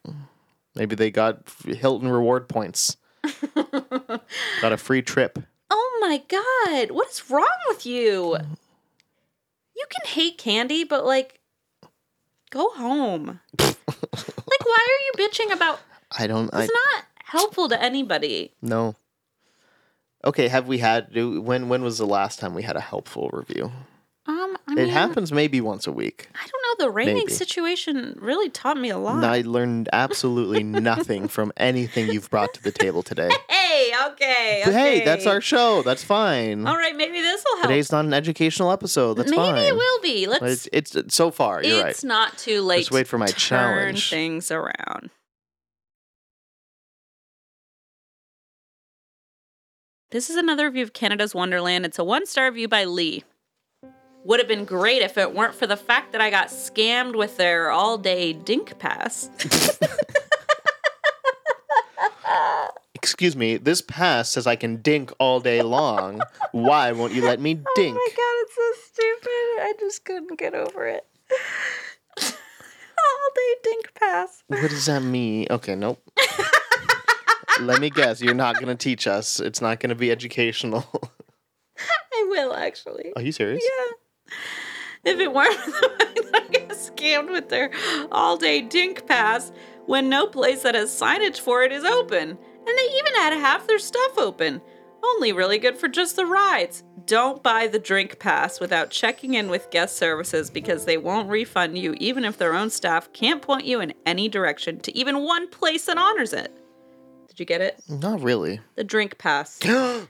Speaker 2: Maybe they got Hilton reward points. got a free trip.
Speaker 1: Oh my god, what is wrong with you?
Speaker 2: Mm.
Speaker 1: You can hate candy, but like go home. like why are you bitching about
Speaker 2: I don't. I
Speaker 1: it's not helpful to anybody.
Speaker 2: no. Okay, have we had? do- When when was the last time we had a helpful review?
Speaker 1: Um I
Speaker 2: It
Speaker 1: mean
Speaker 2: happens maybe once a week.
Speaker 1: I don't know, the raining
Speaker 2: Maybe.
Speaker 1: situation really taught me a lot.
Speaker 2: And I learned absolutely nothing from anything you've brought to the table today.
Speaker 1: Hey, okay,
Speaker 2: But hey, that's
Speaker 1: okay.
Speaker 2: our show. That's fine.
Speaker 1: All right, maybe this will help.
Speaker 2: Today's not an educational episode. That's
Speaker 1: maybe
Speaker 2: fine.
Speaker 1: it will be. Let's
Speaker 2: But It's, it's it's- so far. You're
Speaker 1: It's
Speaker 2: right.
Speaker 1: not too late.
Speaker 2: wait for my
Speaker 1: to turn
Speaker 2: challenge.
Speaker 1: things around. This is another review of Canada's Wonderland. It's a one star review by Lee. Would have been great if it weren't for the fact that I got scammed with their all day dink pass.
Speaker 2: Excuse me. This pass says I can dink all day long. Why won't you let
Speaker 1: Oh
Speaker 2: me
Speaker 1: God,
Speaker 2: dink?
Speaker 1: it's so stupid. I just couldn't get over it. all day dink pass.
Speaker 2: What does that mean? Okay, nope. Let me guess. You're not going to teach us. It's not going to be educational.
Speaker 1: I will actually.
Speaker 2: Are you serious?
Speaker 1: Yeah. If it weren't for the fact that I get scammed with their all day dink pass when no place that has signage for it is open. And they even had half their stuff open. Only really good for just the rides. Don't buy the drink pass without checking in with guest services because they won't refund you even if their own staff can't point you in any direction to even one place that honors it. Did you get it?
Speaker 2: Not really.
Speaker 1: The drink pass.
Speaker 2: I'm,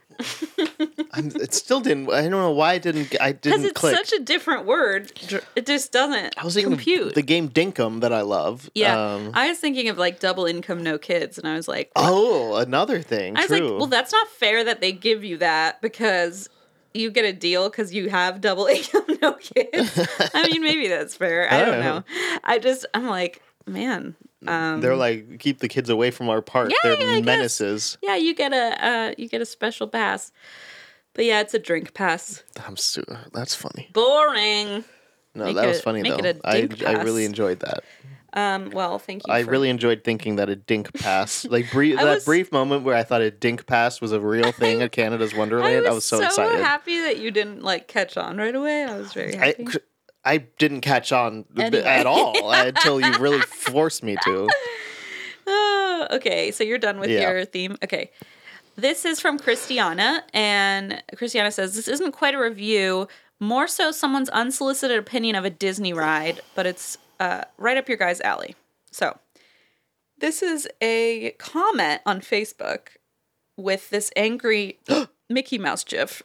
Speaker 2: it still didn't. I don't know why I didn't. g- I
Speaker 1: Because
Speaker 2: didn't
Speaker 1: it's
Speaker 2: click.
Speaker 1: such a different word. Dr- It just doesn't
Speaker 2: I was thinking of
Speaker 1: compute.
Speaker 2: the game Dinkum that I love.
Speaker 1: yeah.
Speaker 2: Um,
Speaker 1: I was thinking of like double income, no kids. And I was like,
Speaker 2: oh, another thing.
Speaker 1: I was
Speaker 2: True.
Speaker 1: like, well, that's not fair that they give you that because you get a deal because you have double income, no kids. I mean, maybe that's fair. I don't
Speaker 2: Oh.
Speaker 1: know. I just, I'm like, man. Um,
Speaker 2: They're like keep the kids away from our park.
Speaker 1: Yeah,
Speaker 2: They're
Speaker 1: yeah, I guess.
Speaker 2: menaces.
Speaker 1: yeah, you get a, uh, you get a special pass. But yeah, it's a drink pass.
Speaker 2: I'm su- that's funny.
Speaker 1: Boring.
Speaker 2: No,
Speaker 1: Make
Speaker 2: that
Speaker 1: it
Speaker 2: was
Speaker 1: a-
Speaker 2: funny
Speaker 1: make
Speaker 2: though.
Speaker 1: it a
Speaker 2: I
Speaker 1: dink
Speaker 2: I really
Speaker 1: pass.
Speaker 2: enjoyed that.
Speaker 1: Um, well, thank you.
Speaker 2: I
Speaker 1: for-
Speaker 2: really enjoyed thinking that a dink pass, like brief,
Speaker 1: I
Speaker 2: that
Speaker 1: was-
Speaker 2: brief moment where I thought a dink pass was a real thing at Canada's Wonderland. I was, so, excited.
Speaker 1: happy that you didn't like catch on right away. I was very
Speaker 2: I,
Speaker 1: happy.
Speaker 2: I didn't catch on b-
Speaker 1: Anyway.
Speaker 2: at all until you really forced me to.
Speaker 1: oh, okay, so you're done with
Speaker 2: Yeah.
Speaker 1: your theme. Okay. This is from Christiana, and Christiana says this isn't quite a review, more so someone's unsolicited opinion of a Disney ride, but it's uh, right up your guys' alley. So, this is a comment on Facebook with this angry Mickey Mouse GIF,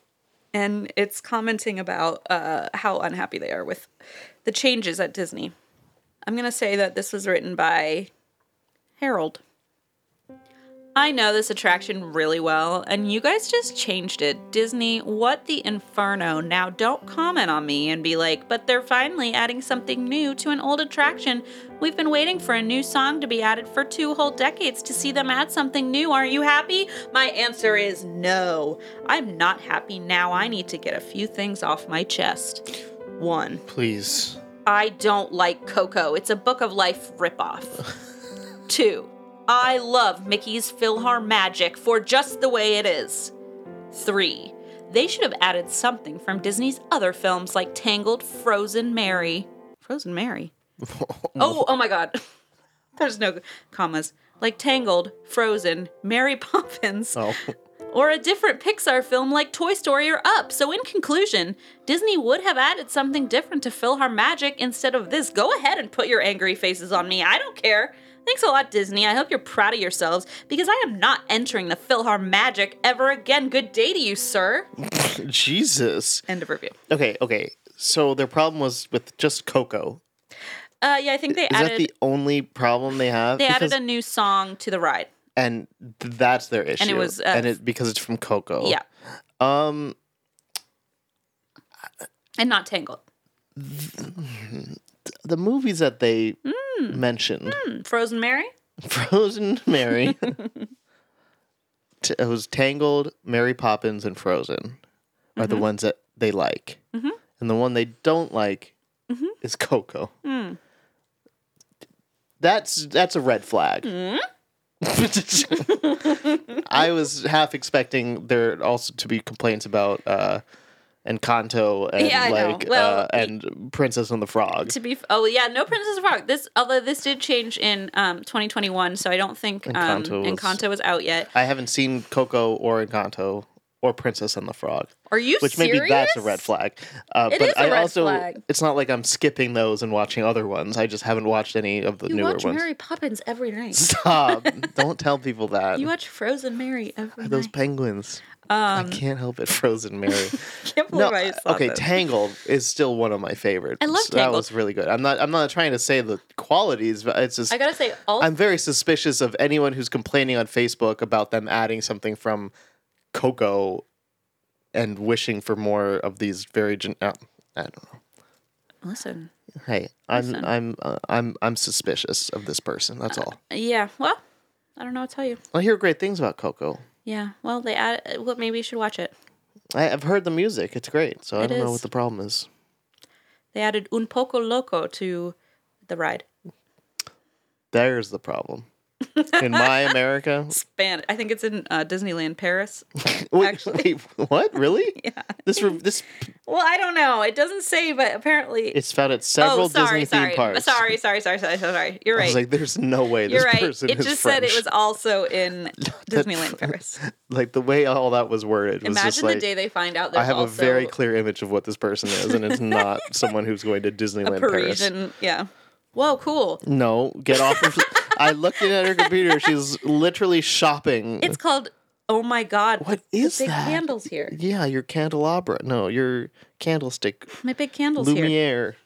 Speaker 1: and it's commenting about uh, how unhappy they are with the changes at Disney. I'm gonna say that this was written by Harold. I know this attraction really well, and you guys just changed it. Disney, what the inferno. Now, don't comment on me and be like, but they're finally adding something new to an old attraction. We've been waiting for a new song to be added for two whole decades to see them add something new. Are you happy? My answer is no. I'm not happy now. I need to get a few things off my chest. One,
Speaker 2: Please.
Speaker 1: I don't like Coco. It's a Book of Life ripoff. Two, I love Mickey's Philhar magic for just the way it is. Three, they should have added something from Disney's other films like Tangled, Frozen Mary. Frozen Mary? Oh, oh my god. There's no commas. Like Tangled, Frozen, Mary Poppins
Speaker 2: Oh.
Speaker 1: or a different Pixar film like Toy Story or Up. So, in conclusion, Disney would have added something different to fill her magic instead of this. Go ahead and put your angry faces on me. I don't care. Thanks a lot, Disney. I hope you're proud of yourselves because I am not entering the Philhar magic ever again. Good day to you, sir.
Speaker 2: Jesus.
Speaker 1: End of review.
Speaker 2: Okay, okay. So their problem was with just Coco.
Speaker 1: Uh, yeah, I think they
Speaker 2: Is
Speaker 1: added
Speaker 2: that the only problem they have?
Speaker 1: they
Speaker 2: Because-
Speaker 1: added a new song to the ride.
Speaker 2: and th- that's their issue.
Speaker 1: was, uh,
Speaker 2: and it because it's from Coco.
Speaker 1: Yeah,
Speaker 2: Oh. Um.
Speaker 1: and not Tangled.
Speaker 2: The movies that they mentioned,
Speaker 1: Hmm, Frozen Mary.
Speaker 2: Frozen, Mary. T- it was Tangled, Mary Poppins, and Frozen are
Speaker 1: Mm-hmm.
Speaker 2: the ones that they like,
Speaker 1: Mhm.
Speaker 2: and the one they don't like
Speaker 1: Mhm.
Speaker 2: is Coco.
Speaker 1: Hmm.
Speaker 2: That's that's a red flag.
Speaker 1: Hmm?
Speaker 2: I was half expecting there also to be complaints about uh, Encanto and
Speaker 1: Yeah, I know.
Speaker 2: like
Speaker 1: Well,
Speaker 2: uh, and Princess and the Frog.
Speaker 1: To be f- oh yeah, no Princess Frog. This although this did change in um 2021, so I don't think um
Speaker 2: Encanto was-
Speaker 1: Encanto was out yet.
Speaker 2: I haven't seen Coco or Encanto or Princess and the Frog,
Speaker 1: Are you
Speaker 2: which
Speaker 1: serious?
Speaker 2: maybe that's a red flag. Uh,
Speaker 1: It
Speaker 2: but
Speaker 1: is a
Speaker 2: I
Speaker 1: red
Speaker 2: also
Speaker 1: flag.
Speaker 2: it's not like I'm skipping those and watching other ones. I just haven't watched any of the
Speaker 1: You
Speaker 2: newer
Speaker 1: watch
Speaker 2: ones.
Speaker 1: Mary Poppins every night.
Speaker 2: Stop! Don't tell people that.
Speaker 1: You watch Frozen Mary every
Speaker 2: Those
Speaker 1: night.
Speaker 2: penguins. I
Speaker 1: Um,
Speaker 2: can't help it, Frozen Mary.
Speaker 1: can't believe
Speaker 2: no,
Speaker 1: I
Speaker 2: uh,
Speaker 1: just thought
Speaker 2: okay,
Speaker 1: that.
Speaker 2: Tangled is still one of my favorites.
Speaker 1: I love
Speaker 2: That
Speaker 1: Tangled.
Speaker 2: was really good. I'm not. I'm not trying to say the qualities, but it's just.
Speaker 1: I gotta say, all
Speaker 2: I'm very suspicious of anyone who's complaining on Facebook about them adding something from Coco, and wishing for more of these very. Gen- uh, I don't know.
Speaker 1: listen.
Speaker 2: Hey, I'm
Speaker 1: Listen.
Speaker 2: I'm uh, I'm I'm suspicious of this person. That's all.
Speaker 1: Yeah, well, I don't know what to tell you.
Speaker 2: I hear great things about Coco.
Speaker 1: Yeah, well, they add. Well, maybe you should watch it.
Speaker 2: I, I've heard the music. It's great. So I
Speaker 1: It
Speaker 2: don't know
Speaker 1: is.
Speaker 2: what the problem is.
Speaker 1: They added Un Poco Loco to the ride.
Speaker 2: There's the problem. In my America,
Speaker 1: Span. I think it's in uh, Disneyland Paris.
Speaker 2: wait,
Speaker 1: Actually.
Speaker 2: wait, what? Really?
Speaker 1: Yeah.
Speaker 2: This re- this
Speaker 1: Well, I don't know. It doesn't say, but apparently.
Speaker 2: it's found at several
Speaker 1: oh, sorry,
Speaker 2: Disney
Speaker 1: sorry,
Speaker 2: theme parks.
Speaker 1: sorry, sorry, sorry, sorry, sorry. You're
Speaker 2: I
Speaker 1: right.
Speaker 2: was like, there's no way this
Speaker 1: You're right.
Speaker 2: person
Speaker 1: It
Speaker 2: is
Speaker 1: just
Speaker 2: French.
Speaker 1: said it was also in Disneyland Paris.
Speaker 2: like the way all that was worded was just
Speaker 1: Imagine
Speaker 2: like
Speaker 1: the day they find out. There's
Speaker 2: I have a
Speaker 1: also
Speaker 2: very clear image of what this person is, and it's not someone who's going to
Speaker 1: a
Speaker 2: Disneyland Paris.
Speaker 1: Parisian. Yeah. Whoa, cool.
Speaker 2: No, get off of. I looked in at her computer. She's literally shopping.
Speaker 1: It's called. Oh my God!
Speaker 2: What
Speaker 1: the
Speaker 2: is
Speaker 1: big
Speaker 2: that?
Speaker 1: candles here?
Speaker 2: yeah, your candelabra. No, your candlestick
Speaker 1: My big candles here.
Speaker 2: lumiere.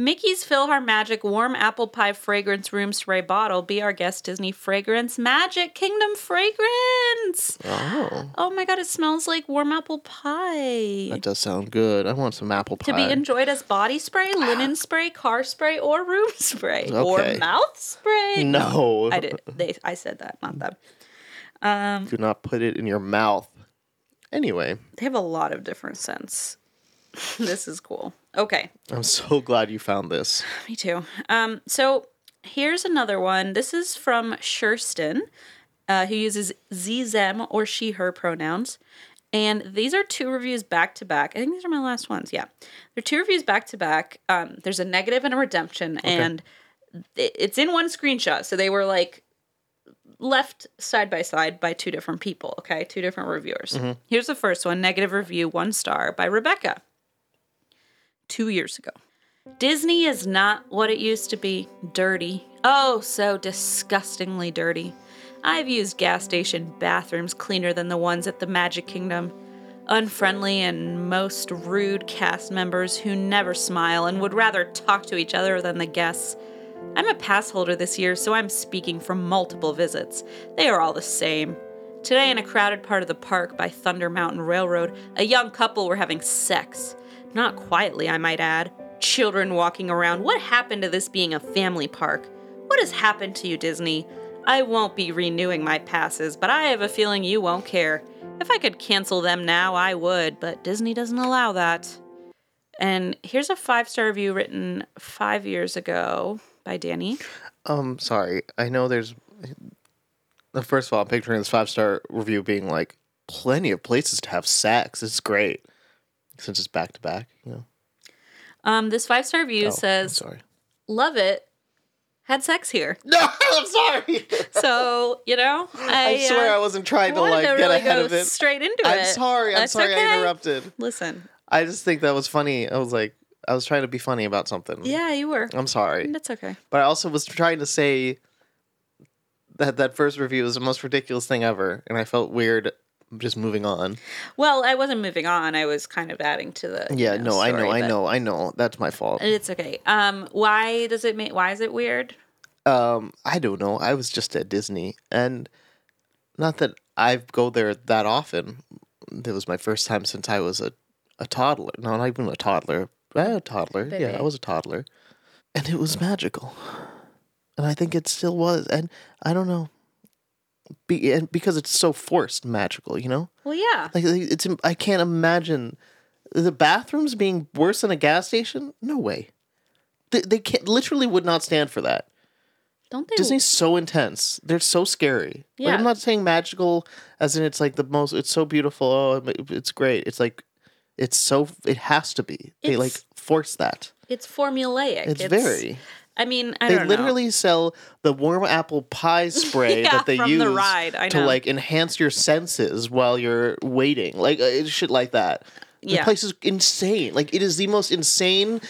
Speaker 1: Mickey's Philhar Magic Warm Apple Pie Fragrance Room Spray Bottle. Be our guest, Disney Fragrance Magic Kingdom Fragrance.
Speaker 2: Oh,
Speaker 1: Oh my God! It smells like warm apple pie.
Speaker 2: that does sound good. I want some apple pie.
Speaker 1: to be enjoyed as body spray, linen spray, car spray, or room spray,
Speaker 2: Okay.
Speaker 1: or mouth spray.
Speaker 2: no,
Speaker 1: I did. They, I said that, not them. Um,
Speaker 2: Do not put it in your mouth. Anyway,
Speaker 1: they have a lot of different scents. this is cool. Okay,
Speaker 2: I'm so glad you found this.
Speaker 1: me too. Um, so here's another one. This is from Shurston, uh, who uses ze/them or she/her pronouns. And these are two reviews back to back. I think these are my last ones. Yeah, they're two reviews back to back. Um, There's a negative and a redemption, and it- it's in one screenshot. So they were like left side by side by two different people. Okay, two different reviewers. Here's the first one: negative review, one star by Rebecca. Two years ago, Disney is not what it used to be. Dirty. Oh, so disgustingly dirty. I've used gas station bathrooms cleaner than the ones at the Magic Kingdom. Unfriendly and most rude cast members who never smile and would rather talk to each other than the guests. I'm a pass holder this year, so I'm speaking from multiple visits. They are all the same. Today, in a crowded part of the park by Thunder Mountain Railroad, a young couple were having sex. Not quietly, I might add. Children walking around. What happened to this being a family park? What has happened to you, Disney? I won't be renewing my passes, but I have a feeling you won't care. If I could cancel them now, I would, but Disney doesn't allow that. And here's a five star review written five years ago by Danny.
Speaker 2: Um, sorry. I know there's. uh, First of all, I'm picturing this five star review being like, plenty of places to have sex. It's great. Since it's back to back, you know.
Speaker 1: Um, this five star review
Speaker 2: Oh, I'm
Speaker 1: says,
Speaker 2: sorry.
Speaker 1: Love it. Had sex here.
Speaker 2: No, I'm sorry.
Speaker 1: So, you know,
Speaker 2: I,
Speaker 1: I,
Speaker 2: swear
Speaker 1: uh,
Speaker 2: I wasn't trying to
Speaker 1: wanted
Speaker 2: like
Speaker 1: to
Speaker 2: get
Speaker 1: really
Speaker 2: ahead
Speaker 1: go
Speaker 2: of it.
Speaker 1: straight into it.
Speaker 2: I'm sorry. I'm
Speaker 1: That's
Speaker 2: sorry
Speaker 1: okay.
Speaker 2: I interrupted.
Speaker 1: Listen,
Speaker 2: I just think that was funny. I was like, I was trying to be funny about something.
Speaker 1: yeah, you were.
Speaker 2: I'm sorry,
Speaker 1: That's okay.
Speaker 2: but I also was trying to say that that first review was the most ridiculous thing ever, and I felt weird just moving on.
Speaker 1: Well, I wasn't moving on. I was kind of adding to the. you
Speaker 2: Yeah, no, I know,
Speaker 1: story,
Speaker 2: I
Speaker 1: but
Speaker 2: know, I know. That's my fault.
Speaker 1: It's okay. Um, why does it make? Why is it weird?
Speaker 2: Um, I don't know. I was just at Disney, and not that I go there that often. It was my first time since I was a, a toddler. No, not even a toddler. Eh, A toddler.
Speaker 1: Bebe.
Speaker 2: Yeah, I was a toddler, and it was magical, and I think it still was. And I don't know, be and because it's so forced magical, you know.
Speaker 1: Well, yeah.
Speaker 2: Like it's I can't imagine the bathrooms being worse than a gas station. No way. They, they can't, literally would not stand for that.
Speaker 1: Don't they?
Speaker 2: Disney's so intense. They're so scary.
Speaker 1: Yeah.
Speaker 2: Like, I'm not saying magical as in it's like the most. It's so beautiful. Oh, it- it's great. It's like it's so. It has to be. They
Speaker 1: It's-
Speaker 2: like force that.
Speaker 1: It's formulaic.
Speaker 2: It's, very.
Speaker 1: I mean, I
Speaker 2: They
Speaker 1: don't
Speaker 2: literally sell the warm apple pie spray
Speaker 1: Yeah,
Speaker 2: that they
Speaker 1: from
Speaker 2: use
Speaker 1: the ride, I
Speaker 2: to
Speaker 1: know.
Speaker 2: like enhance your senses while you're waiting, like uh, it's shit like that.
Speaker 1: Yeah.
Speaker 2: The place is insane. Like it is the most insane,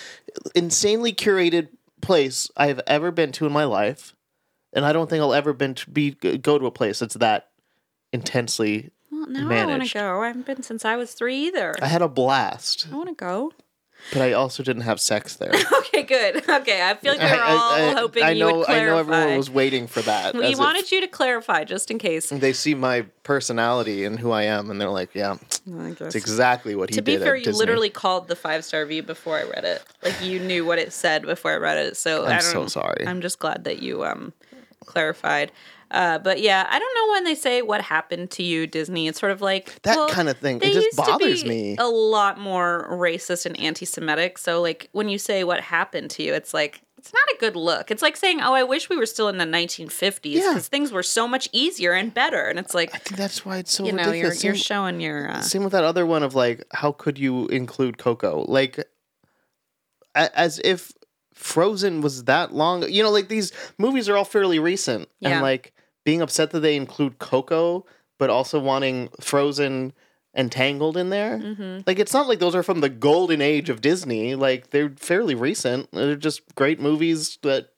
Speaker 2: insanely curated place I have ever been to in my life, and I don't think I'll ever been to be go to a place that's that intensely.
Speaker 1: know. Well, now I want to
Speaker 2: managed.
Speaker 1: go. I haven't been since I was three either.
Speaker 2: I had a blast,
Speaker 1: I want to go.
Speaker 2: but I also didn't have sex there.
Speaker 1: Okay, good. Okay, I feel like we
Speaker 2: I-
Speaker 1: were
Speaker 2: I-
Speaker 1: all
Speaker 2: I-
Speaker 1: hoping
Speaker 2: I
Speaker 1: you
Speaker 2: know.
Speaker 1: would
Speaker 2: I
Speaker 1: clarify.
Speaker 2: know everyone was waiting for that.
Speaker 1: we
Speaker 2: as it
Speaker 1: wanted you to clarify just in case.
Speaker 2: they see my personality and who I am, and they're like, "Yeah,
Speaker 1: I guess.
Speaker 2: it's exactly what he
Speaker 1: to
Speaker 2: did."
Speaker 1: be fair,
Speaker 2: at
Speaker 1: you
Speaker 2: Disney.
Speaker 1: literally called the five star review before I read it. Like you knew what it said before I read it. So I
Speaker 2: I'm
Speaker 1: don't,
Speaker 2: so sorry.
Speaker 1: I'm just glad that you um clarified. Uh, but yeah, I don't know when they say what happened to you, Disney. It's sort of like
Speaker 2: That
Speaker 1: well,
Speaker 2: kind of thing. It
Speaker 1: they
Speaker 2: just
Speaker 1: used to
Speaker 2: bothers
Speaker 1: be
Speaker 2: me.
Speaker 1: A lot more racist and anti-Semitic. So like when you say what happened to you, it's like it's not a good look. It's like saying, "Oh, I wish we were still in the 1950s because
Speaker 2: Yeah.
Speaker 1: things were so much easier and better." And it's like,
Speaker 2: I think that's why it's so
Speaker 1: you know, you're
Speaker 2: ridiculous.
Speaker 1: you're
Speaker 2: Same-
Speaker 1: showing your uh,
Speaker 2: Same with that other one of like, how could you include Coco? Like, a- as if Frozen was that long. You know, like these movies are all fairly recent,
Speaker 1: Yeah.
Speaker 2: and like being upset that they include Coco, but also wanting Frozen and Tangled in there.
Speaker 1: Mhm.
Speaker 2: Like, it's not like those are from the golden age of Disney. Like, they're fairly recent. They're just great movies that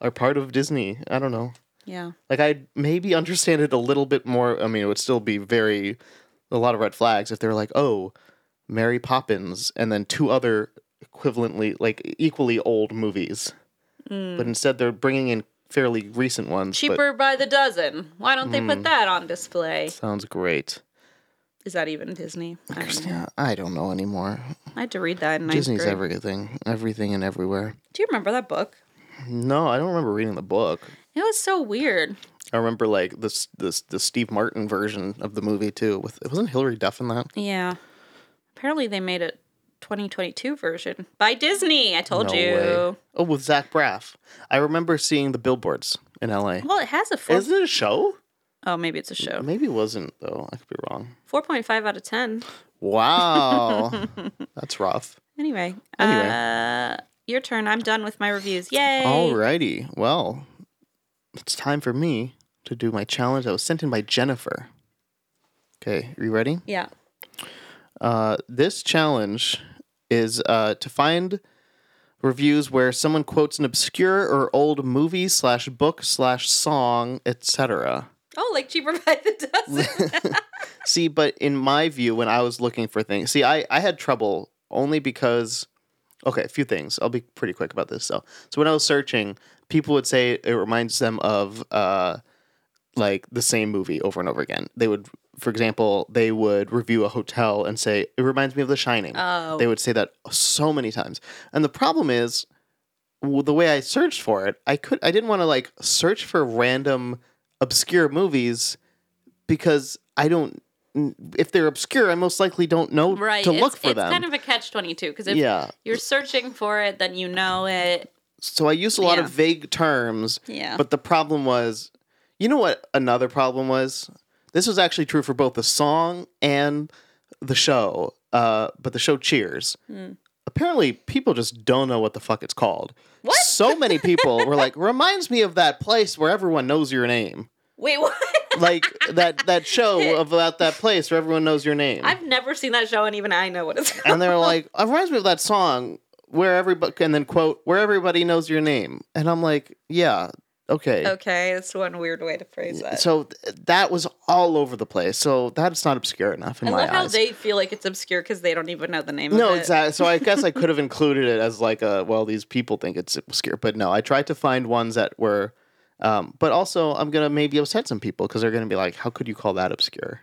Speaker 2: are part of Disney. I don't know.
Speaker 1: yeah.
Speaker 2: Like I'd maybe understand it a little bit more. I mean, it would still be very a lot of red flags if they were like, "Oh, Mary Poppins," and then two other equivalently like equally old movies. But instead, they're bringing in fairly recent ones. but-
Speaker 1: Hmm.
Speaker 2: Hmm.
Speaker 1: Cheaper by the dozen. Why don't they put that on display?
Speaker 2: sounds great.
Speaker 1: Is that even Disney? I, don't know.
Speaker 2: Yeah, I don't know anymore.
Speaker 1: I had to read that in ninth
Speaker 2: Disney's
Speaker 1: grade.
Speaker 2: everything, everything and everywhere.
Speaker 1: Do you remember that book?
Speaker 2: No, I don't remember reading the book.
Speaker 1: It was so weird.
Speaker 2: I remember like this this the Steve Martin version of the movie too. With wasn't Hillary Duff in that?
Speaker 1: Yeah. Apparently they made a 2022 version by Disney. I told
Speaker 2: No
Speaker 1: you.
Speaker 2: way. Oh, with Zach Braff. I remember seeing the billboards in LA.
Speaker 1: Well, it has a four.
Speaker 2: Is it a show?
Speaker 1: oh, maybe it's a show.
Speaker 2: Maybe it wasn't though. I could be wrong.
Speaker 1: 4.5 out of 10.
Speaker 2: Wow, that's rough.
Speaker 1: Anyway.
Speaker 2: Anyway.
Speaker 1: Uh, your turn. I'm done with my reviews. Yay.
Speaker 2: Alrighty. Well, it's time for me to do my challenge that was sent in by Jennifer. Okay, are you ready?
Speaker 1: Yeah.
Speaker 2: Uh, this challenge is uh, to find reviews where someone quotes an obscure or old movie slash book slash song, etc.
Speaker 1: Oh, like cheaper by the dozen.
Speaker 2: See, but in my view, when I was looking for things, see, I, I had trouble only because, okay, a few things. I'll be pretty quick about this. So, so when I was searching, people would say it reminds them of uh, like the same movie over and over again. They would, for example, they would review a hotel and say it reminds me of The Shining.
Speaker 1: Oh.
Speaker 2: They would say that so many times, and the problem is well, the way I searched for it, I could I didn't want to like search for random obscure movies because I don't if they're obscure, I most likely don't know
Speaker 1: right.
Speaker 2: to look
Speaker 1: it's,
Speaker 2: for
Speaker 1: it's
Speaker 2: them.
Speaker 1: kind of a catch 22 because if
Speaker 2: yeah.
Speaker 1: you're searching for it, then you know it.
Speaker 2: So I used a lot
Speaker 1: Yeah.
Speaker 2: of vague terms,
Speaker 1: Yeah.
Speaker 2: but the problem was, you know what another problem was? This was actually true for both the song and the show. Uh, but the show Cheers.
Speaker 1: Hmm.
Speaker 2: Apparently, people just don't know what the fuck it's called.
Speaker 1: What?
Speaker 2: So many people were like, "Reminds me of that place where everyone knows your name."
Speaker 1: Wait, what?
Speaker 2: Like that that show about that place where everyone knows your name.
Speaker 1: I've never seen that show, and even I know what it's called.
Speaker 2: and they're like, "It reminds me of that song where everybody and then quote where everybody knows your name." And I'm like, "Yeah, okay."
Speaker 1: Okay, that's one weird way to phrase that.
Speaker 2: So th- that was all over the place. So that's not obscure enough in
Speaker 1: I
Speaker 2: my
Speaker 1: love how
Speaker 2: eyes.
Speaker 1: they feel like it's obscure because they don't even know the name of
Speaker 2: no,
Speaker 1: it.
Speaker 2: exactly. So I guess I could have included it as like a well, these people think it's obscure, but no, I tried to find ones that were. Um, but also, I'm gonna maybe upset some people because they're gonna be like, "How could you call that obscure?"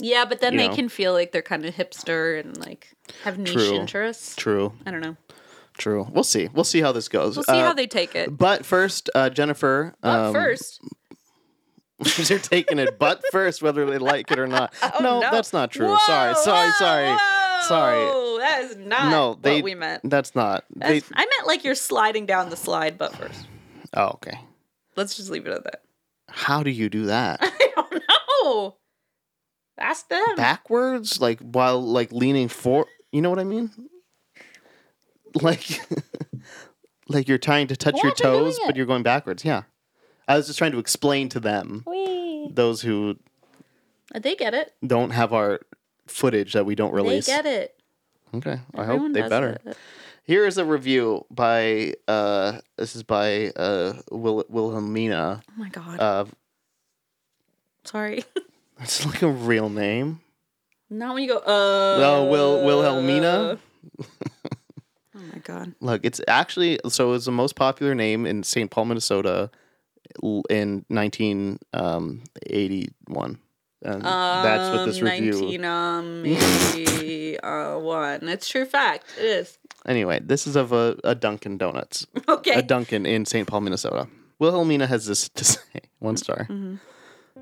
Speaker 1: Yeah, but then
Speaker 2: You
Speaker 1: they
Speaker 2: know.
Speaker 1: can feel like they're kind of hipster and like have niche
Speaker 2: True.
Speaker 1: interests.
Speaker 2: True,
Speaker 1: I don't know.
Speaker 2: true. We'll see. We'll see how this goes.
Speaker 1: We'll see
Speaker 2: Uh,
Speaker 1: how they take it.
Speaker 2: But first, uh, Jennifer.
Speaker 1: But
Speaker 2: um,
Speaker 1: first,
Speaker 2: they're taking it butt first, whether they like it or not. no,
Speaker 1: oh, no.
Speaker 2: that's not true.
Speaker 1: Whoa,
Speaker 2: sorry, sorry,
Speaker 1: whoa,
Speaker 2: sorry.
Speaker 1: whoa.
Speaker 2: Sorry.
Speaker 1: That is not
Speaker 2: No, they-
Speaker 1: what we meant.
Speaker 2: That's not. They,
Speaker 1: That's- I meant like you're sliding down the slide, but first,
Speaker 2: oh, okay.
Speaker 1: let's just leave it at that.
Speaker 2: How do you do that?
Speaker 1: I don't know. Ask them.
Speaker 2: Backwards, like while like leaning for. You know what I mean? Like, like you're trying to touch
Speaker 1: Yeah,
Speaker 2: your
Speaker 1: they're doing
Speaker 2: toes, but
Speaker 1: it.
Speaker 2: you're going backwards. Yeah. I was just trying to explain to them
Speaker 1: Whee.
Speaker 2: those who
Speaker 1: They get it.
Speaker 2: don't have our footage that we don't release.
Speaker 1: They get it.
Speaker 2: Okay, I
Speaker 1: Everyone
Speaker 2: hope they
Speaker 1: does
Speaker 2: better.
Speaker 1: it. Oh
Speaker 2: Here is a review by uh, this is by uh, Wil- Wilhelmina.
Speaker 1: Oh my god.
Speaker 2: Uh,
Speaker 1: Sorry.
Speaker 2: it's like a real name.
Speaker 1: Not when you go, uh.
Speaker 2: Oh, Wil- Wilhelmina.
Speaker 1: Oh my god.
Speaker 2: Look, it's actually so it's the most popular name in St. Paul, Minnesota, l- in nineteen um, eighty one. And that's what this
Speaker 1: Um,
Speaker 2: review.
Speaker 1: 19, um, maybe, uh, one. It's true fact. It is.
Speaker 2: Anyway, this is of a, a Dunkin' Donuts,
Speaker 1: Okay.
Speaker 2: a Dunkin' in St. Paul, Minnesota. Wilhelmina has this to say. One star.
Speaker 1: Mhm.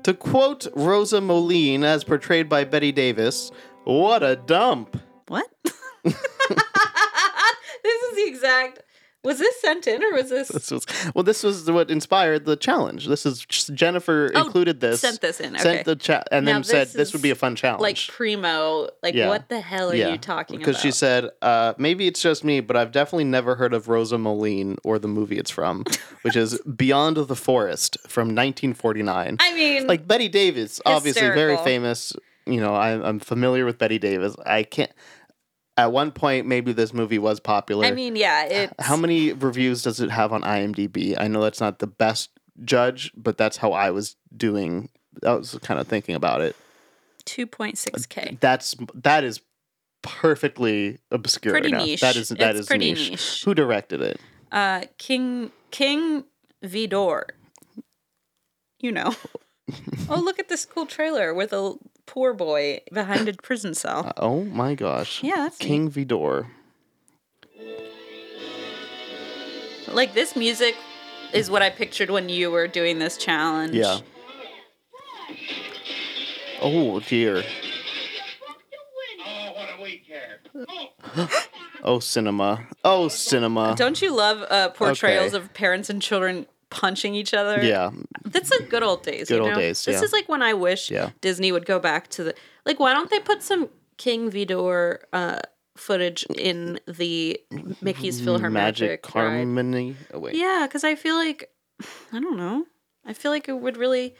Speaker 2: To quote Rosa Moline, as portrayed by Betty Davis, "What a dump."
Speaker 1: What? this is the exact Was this sent in or was this?
Speaker 2: This was well. This was what inspired the challenge. This is Jennifer
Speaker 1: Oh,
Speaker 2: included this.
Speaker 1: sent this in, okay.
Speaker 2: Sent the cha- and
Speaker 1: Now
Speaker 2: then said
Speaker 1: this
Speaker 2: this would be a
Speaker 1: is
Speaker 2: fun challenge.
Speaker 1: like primo? Like
Speaker 2: Yeah.
Speaker 1: what the hell are you talking about?
Speaker 2: Because she said, uh, maybe it's just me, but I've definitely never heard of Rosa Moline or the movie it's from, which is Beyond the Forest from 1949.
Speaker 1: I mean,
Speaker 2: like Betty Davis, obviously very
Speaker 1: Mm-hmm. Hysterical.
Speaker 2: famous. You know, I, I'm familiar with Betty Davis. I can't. At one point, maybe this movie was popular.
Speaker 1: I mean, yeah. It's,
Speaker 2: How many reviews does it have on IMDb? I know that's not the best judge, but that's how I was doing. I was kind of thinking about it.
Speaker 1: Two point six k.
Speaker 2: That's that is perfectly obscure.
Speaker 1: Pretty
Speaker 2: enough.
Speaker 1: niche.
Speaker 2: That is that
Speaker 1: It's
Speaker 2: is
Speaker 1: pretty
Speaker 2: niche.
Speaker 1: niche.
Speaker 2: Who directed it?
Speaker 1: Uh, King King Vidor. You know. oh, look at this cool trailer with a poor boy behind a prison cell.
Speaker 2: Oh my gosh!
Speaker 1: Yeah, that's neat.
Speaker 2: King Vidor.
Speaker 1: Like this music is what I pictured when you were doing this challenge.
Speaker 2: Yeah. Oh dear.
Speaker 3: Oh, what a weekend.
Speaker 2: Oh cinema. Oh cinema.
Speaker 1: Don't you love uh, portrayals of parents and children punching each other?
Speaker 2: Yeah.
Speaker 1: That's the good old days.
Speaker 2: Good
Speaker 1: you
Speaker 2: old
Speaker 1: know?
Speaker 2: days,
Speaker 1: This
Speaker 2: yeah.
Speaker 1: is like when I wish
Speaker 2: Yeah.
Speaker 1: Disney would go back to the like. Why don't they put some King Vidor uh, footage in the Mickey's Philharmonic
Speaker 2: Magic
Speaker 1: ride?
Speaker 2: Harmony. Oh wait.
Speaker 1: Yeah, because I feel like I don't know. I feel like it would really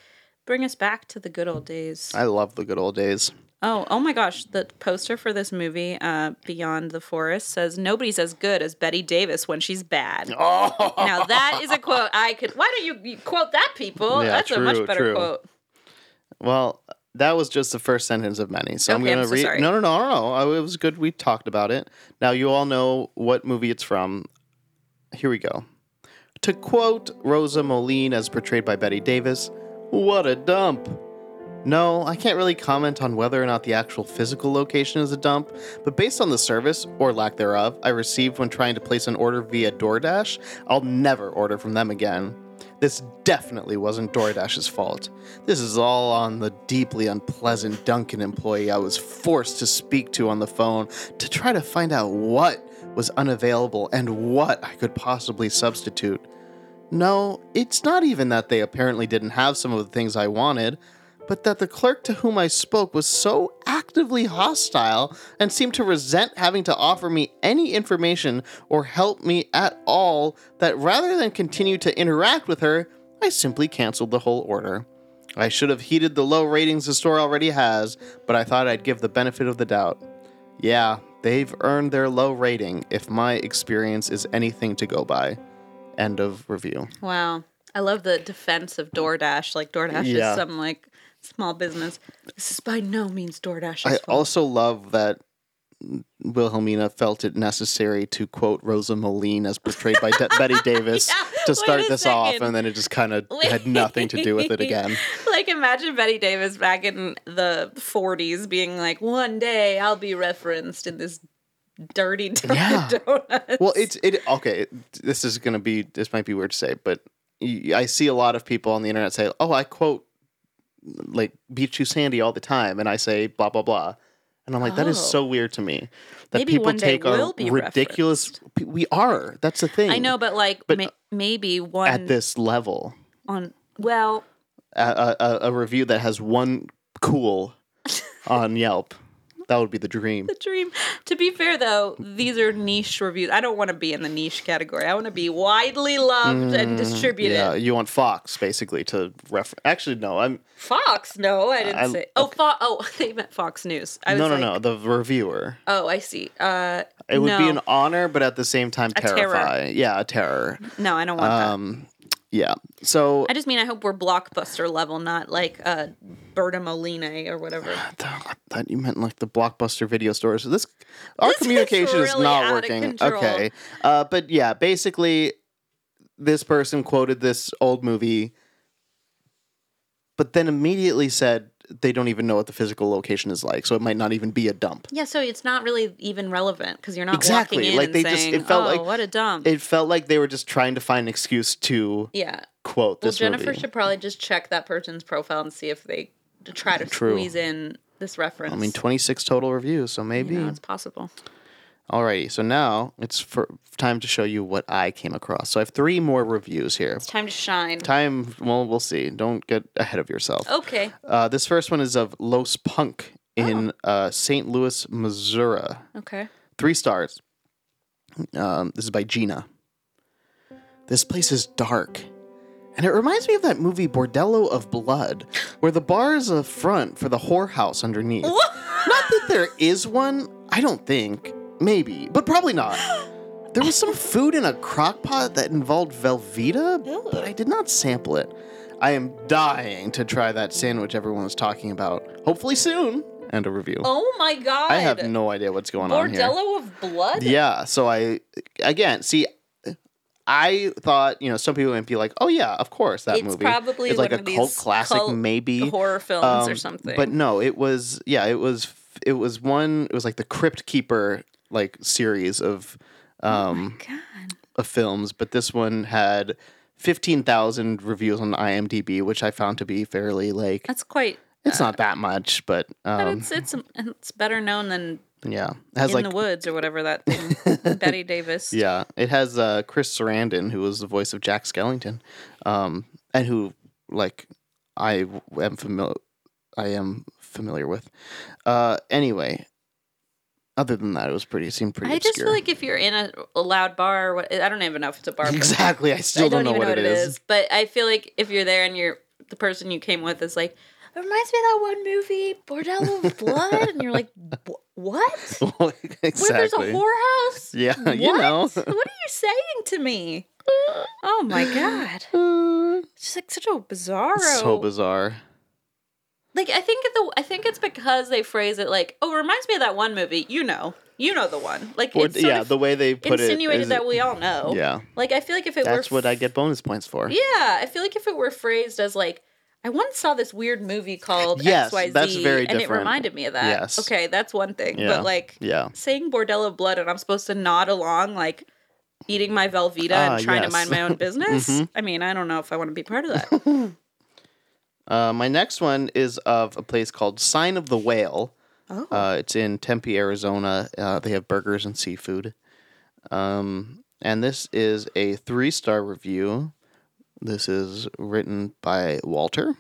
Speaker 1: bring us back to the good old days.
Speaker 2: I love the good old days.
Speaker 1: Oh, oh my gosh! The poster for this movie, uh, Beyond the Forest, says nobody's as good as Betty Davis when she's bad.
Speaker 2: Oh.
Speaker 1: Now that is a quote I could. Why don't you, you quote that, people?
Speaker 2: Yeah,
Speaker 1: That's a much
Speaker 2: true,
Speaker 1: better
Speaker 2: true.
Speaker 1: quote.
Speaker 2: Well, that was just the first sentence of many. So I'm
Speaker 1: Okay, I'm
Speaker 2: gonna
Speaker 1: so
Speaker 2: read.
Speaker 1: sorry.
Speaker 2: No, no, no, no, no. I- It was good. We talked about it. Now you all know what movie it's from. Here we go. To quote Rosa Moline as portrayed by Betty Davis, "What a dump." No, I can't really comment on whether or not the actual physical location is a dump, but based on the service, or lack thereof, I received when trying to place an order via DoorDash, I'll never order from them again. This definitely wasn't DoorDash's fault. This is all on the deeply unpleasant Duncan employee I was forced to speak to on the phone to try to find out what was unavailable and what I could possibly substitute. No, it's not even that they apparently didn't have some of the things I wanted, but that the clerk to whom I spoke was so actively hostile and seemed to resent having to offer me any information or help me at all that rather than continue to interact with her, I simply canceled the whole order. I should have heeded the low ratings the store already has, but I thought I'd give the benefit of the doubt. Yeah, they've earned their low rating if my experience is anything to go by. End of review.
Speaker 1: Wow. I love the defense of DoorDash. Like DoorDash
Speaker 2: Yeah.
Speaker 1: is some like small business. This is by no means DoorDash.
Speaker 2: I also love that Wilhelmina felt it necessary to quote Rosa Moline as portrayed by De- Betty Davis
Speaker 1: Yeah,
Speaker 2: to
Speaker 1: wait
Speaker 2: start
Speaker 1: a
Speaker 2: this off,
Speaker 1: second.
Speaker 2: and then it just kind of had nothing to do with it again.
Speaker 1: like imagine Betty Davis back in the 40s being like, one day I'll be referenced in this dirty Dunkin'
Speaker 2: Yeah.
Speaker 1: Donuts.
Speaker 2: Well, it's it okay. This is gonna be this might be weird to say, but y- I see a lot of people on the internet say, "Oh, I quote like Beach You Sandy all the time," and I say blah blah blah, and I'm like, that is
Speaker 1: Oh.
Speaker 2: so weird to me that
Speaker 1: Maybe
Speaker 2: people
Speaker 1: one day
Speaker 2: take our
Speaker 1: we'll be
Speaker 2: ridiculous. pe- We are. That's the thing.
Speaker 1: I know, but like
Speaker 2: But-
Speaker 1: ma- maybe one
Speaker 2: At this level,
Speaker 1: on well,
Speaker 2: a, a, a- a review that has one cool on Yelp, that would be the dream.
Speaker 1: the dream. To be fair though, these are niche reviews. I don't want to be in the niche category. I want to be widely loved and distributed.
Speaker 2: Mm, Yeah, you want Fox basically to refer. Actually, no, I'm
Speaker 1: Fox? No, I didn't
Speaker 2: I-
Speaker 1: say. Oh, Fo- oh, they meant Fox News. I was
Speaker 2: no, no,
Speaker 1: like,
Speaker 2: no. The reviewer.
Speaker 1: Oh, I see. Uh,
Speaker 2: It would be
Speaker 1: no.
Speaker 2: an honor, but at the same time,
Speaker 1: terror.
Speaker 2: terrify. Yeah, a terror.
Speaker 1: No, I don't want that.
Speaker 2: Um, yeah. So
Speaker 1: I just mean I hope we're blockbuster level, not like uh, Berta Moline or whatever.
Speaker 2: I thought you meant like the blockbuster video stores. This our
Speaker 1: This is
Speaker 2: communication is,
Speaker 1: really out
Speaker 2: not
Speaker 1: of
Speaker 2: working.
Speaker 1: control.
Speaker 2: Okay. Uh, but yeah, basically, this person quoted this old movie, but then immediately said they don't even know what the physical location is like, so it might not even be a dump.
Speaker 1: Yeah, so it's not really even relevant because you're not
Speaker 2: Exactly,
Speaker 1: walking in
Speaker 2: like,
Speaker 1: and
Speaker 2: they just-
Speaker 1: saying,
Speaker 2: it felt
Speaker 1: "Oh,
Speaker 2: like-
Speaker 1: what a dump."
Speaker 2: It felt like they were just trying to find an excuse to
Speaker 1: yeah.
Speaker 2: quote
Speaker 1: Well,
Speaker 2: this
Speaker 1: Jennifer
Speaker 2: movie.
Speaker 1: should probably just check that person's profile and see if they to try to
Speaker 2: True.
Speaker 1: squeeze in this reference.
Speaker 2: I mean, twenty six total reviews, so maybe
Speaker 1: you know, it's possible.
Speaker 2: Alrighty, so now it's for time to show you what I came across. So I have three more reviews here.
Speaker 1: It's time to shine.
Speaker 2: Time, well, we'll see. Don't get ahead of yourself.
Speaker 1: Okay.
Speaker 2: Uh, this first one is of Los Punk in uh, St. Louis, Missouri.
Speaker 1: Okay.
Speaker 2: Three stars. Um, this is by Gina. This place is dark. And it reminds me of that movie Bordello of Blood, where the bar is a front for the whorehouse underneath. Not that there is one, I don't think. Maybe, but probably not. There was some food in a crock pot that involved Velveeta, but I did not sample it. I am dying to try that sandwich everyone was talking about. Hopefully soon. And a review.
Speaker 1: Oh my god.
Speaker 2: I have no idea what's going on here.
Speaker 1: Bordello of blood?
Speaker 2: Yeah. So I again see. I thought you know some people might be like, oh yeah, of course that
Speaker 1: It's
Speaker 2: movie.
Speaker 1: probably
Speaker 2: it's like
Speaker 1: one
Speaker 2: a
Speaker 1: of
Speaker 2: cult
Speaker 1: these
Speaker 2: classic,
Speaker 1: cult
Speaker 2: maybe
Speaker 1: horror films or
Speaker 2: Um,
Speaker 1: something.
Speaker 2: But no, it was yeah, it was it was one. It was like the Crypt Keeper like series of um
Speaker 1: God.
Speaker 2: of films, but this one had fifteen thousand reviews on IMDb, which I found to be fairly like
Speaker 1: That's quite
Speaker 2: it's not that much, but
Speaker 1: but
Speaker 2: um
Speaker 1: it's it's it's better known than
Speaker 2: yeah, it has
Speaker 1: in
Speaker 2: like
Speaker 1: the woods or whatever that thing. Betty Davis.
Speaker 2: Yeah, it has uh, Chris Sarandon, who was the voice of Jack Skellington, um, and who like I w- am familiar, I am familiar with. Uh, anyway, other than that, it was pretty seemed pretty
Speaker 1: I
Speaker 2: obscure.
Speaker 1: just feel like if you're in a, a loud bar, or what, I don't even know if it's a bar. but-
Speaker 2: exactly. I still
Speaker 1: I
Speaker 2: don't, know,
Speaker 1: even
Speaker 2: what, it is.
Speaker 1: But I feel like if you're there and you're the person you came with is like, it reminds me of that one movie, Bordello of Blood, and you're like, "Wh- what? Where there's a
Speaker 2: exactly.
Speaker 1: whorehouse?
Speaker 2: Yeah,
Speaker 1: what?
Speaker 2: you know.
Speaker 1: what are you saying to me? Oh my god,
Speaker 2: Uh,
Speaker 1: it's just like such a bizarro.
Speaker 2: so bizarre.
Speaker 1: like I think the I think it's because they phrase it like, oh, it reminds me of that one movie. You know, you know the one. Like
Speaker 2: Or,
Speaker 1: it's sort
Speaker 2: yeah,
Speaker 1: of
Speaker 2: the way they put it
Speaker 1: insinuated
Speaker 2: is-
Speaker 1: that we all know.
Speaker 2: Yeah,
Speaker 1: Like I feel like if it
Speaker 2: that's
Speaker 1: were
Speaker 2: what I get bonus points for.
Speaker 1: Yeah, I feel like if it were phrased as like, I once saw this weird movie called
Speaker 2: Yes,
Speaker 1: XYZ,
Speaker 2: that's very
Speaker 1: and it
Speaker 2: different.
Speaker 1: reminded me of that.
Speaker 2: Yes.
Speaker 1: Okay, that's one thing.
Speaker 2: Yeah.
Speaker 1: But like
Speaker 2: Yeah.
Speaker 1: saying Bordello of Blood and I'm supposed to nod along, like eating my Velveeta
Speaker 2: Ah,
Speaker 1: and trying to
Speaker 2: yes.
Speaker 1: mind my own business.
Speaker 2: Mhm.
Speaker 1: I mean, I don't know if I want to be part of that.
Speaker 2: Uh, my next one is of a place called Sign of the Whale.
Speaker 1: Oh.
Speaker 2: Uh, it's in Tempe, Arizona. Uh, they have burgers and seafood. Um, and this is a three star review. This is written by Walter.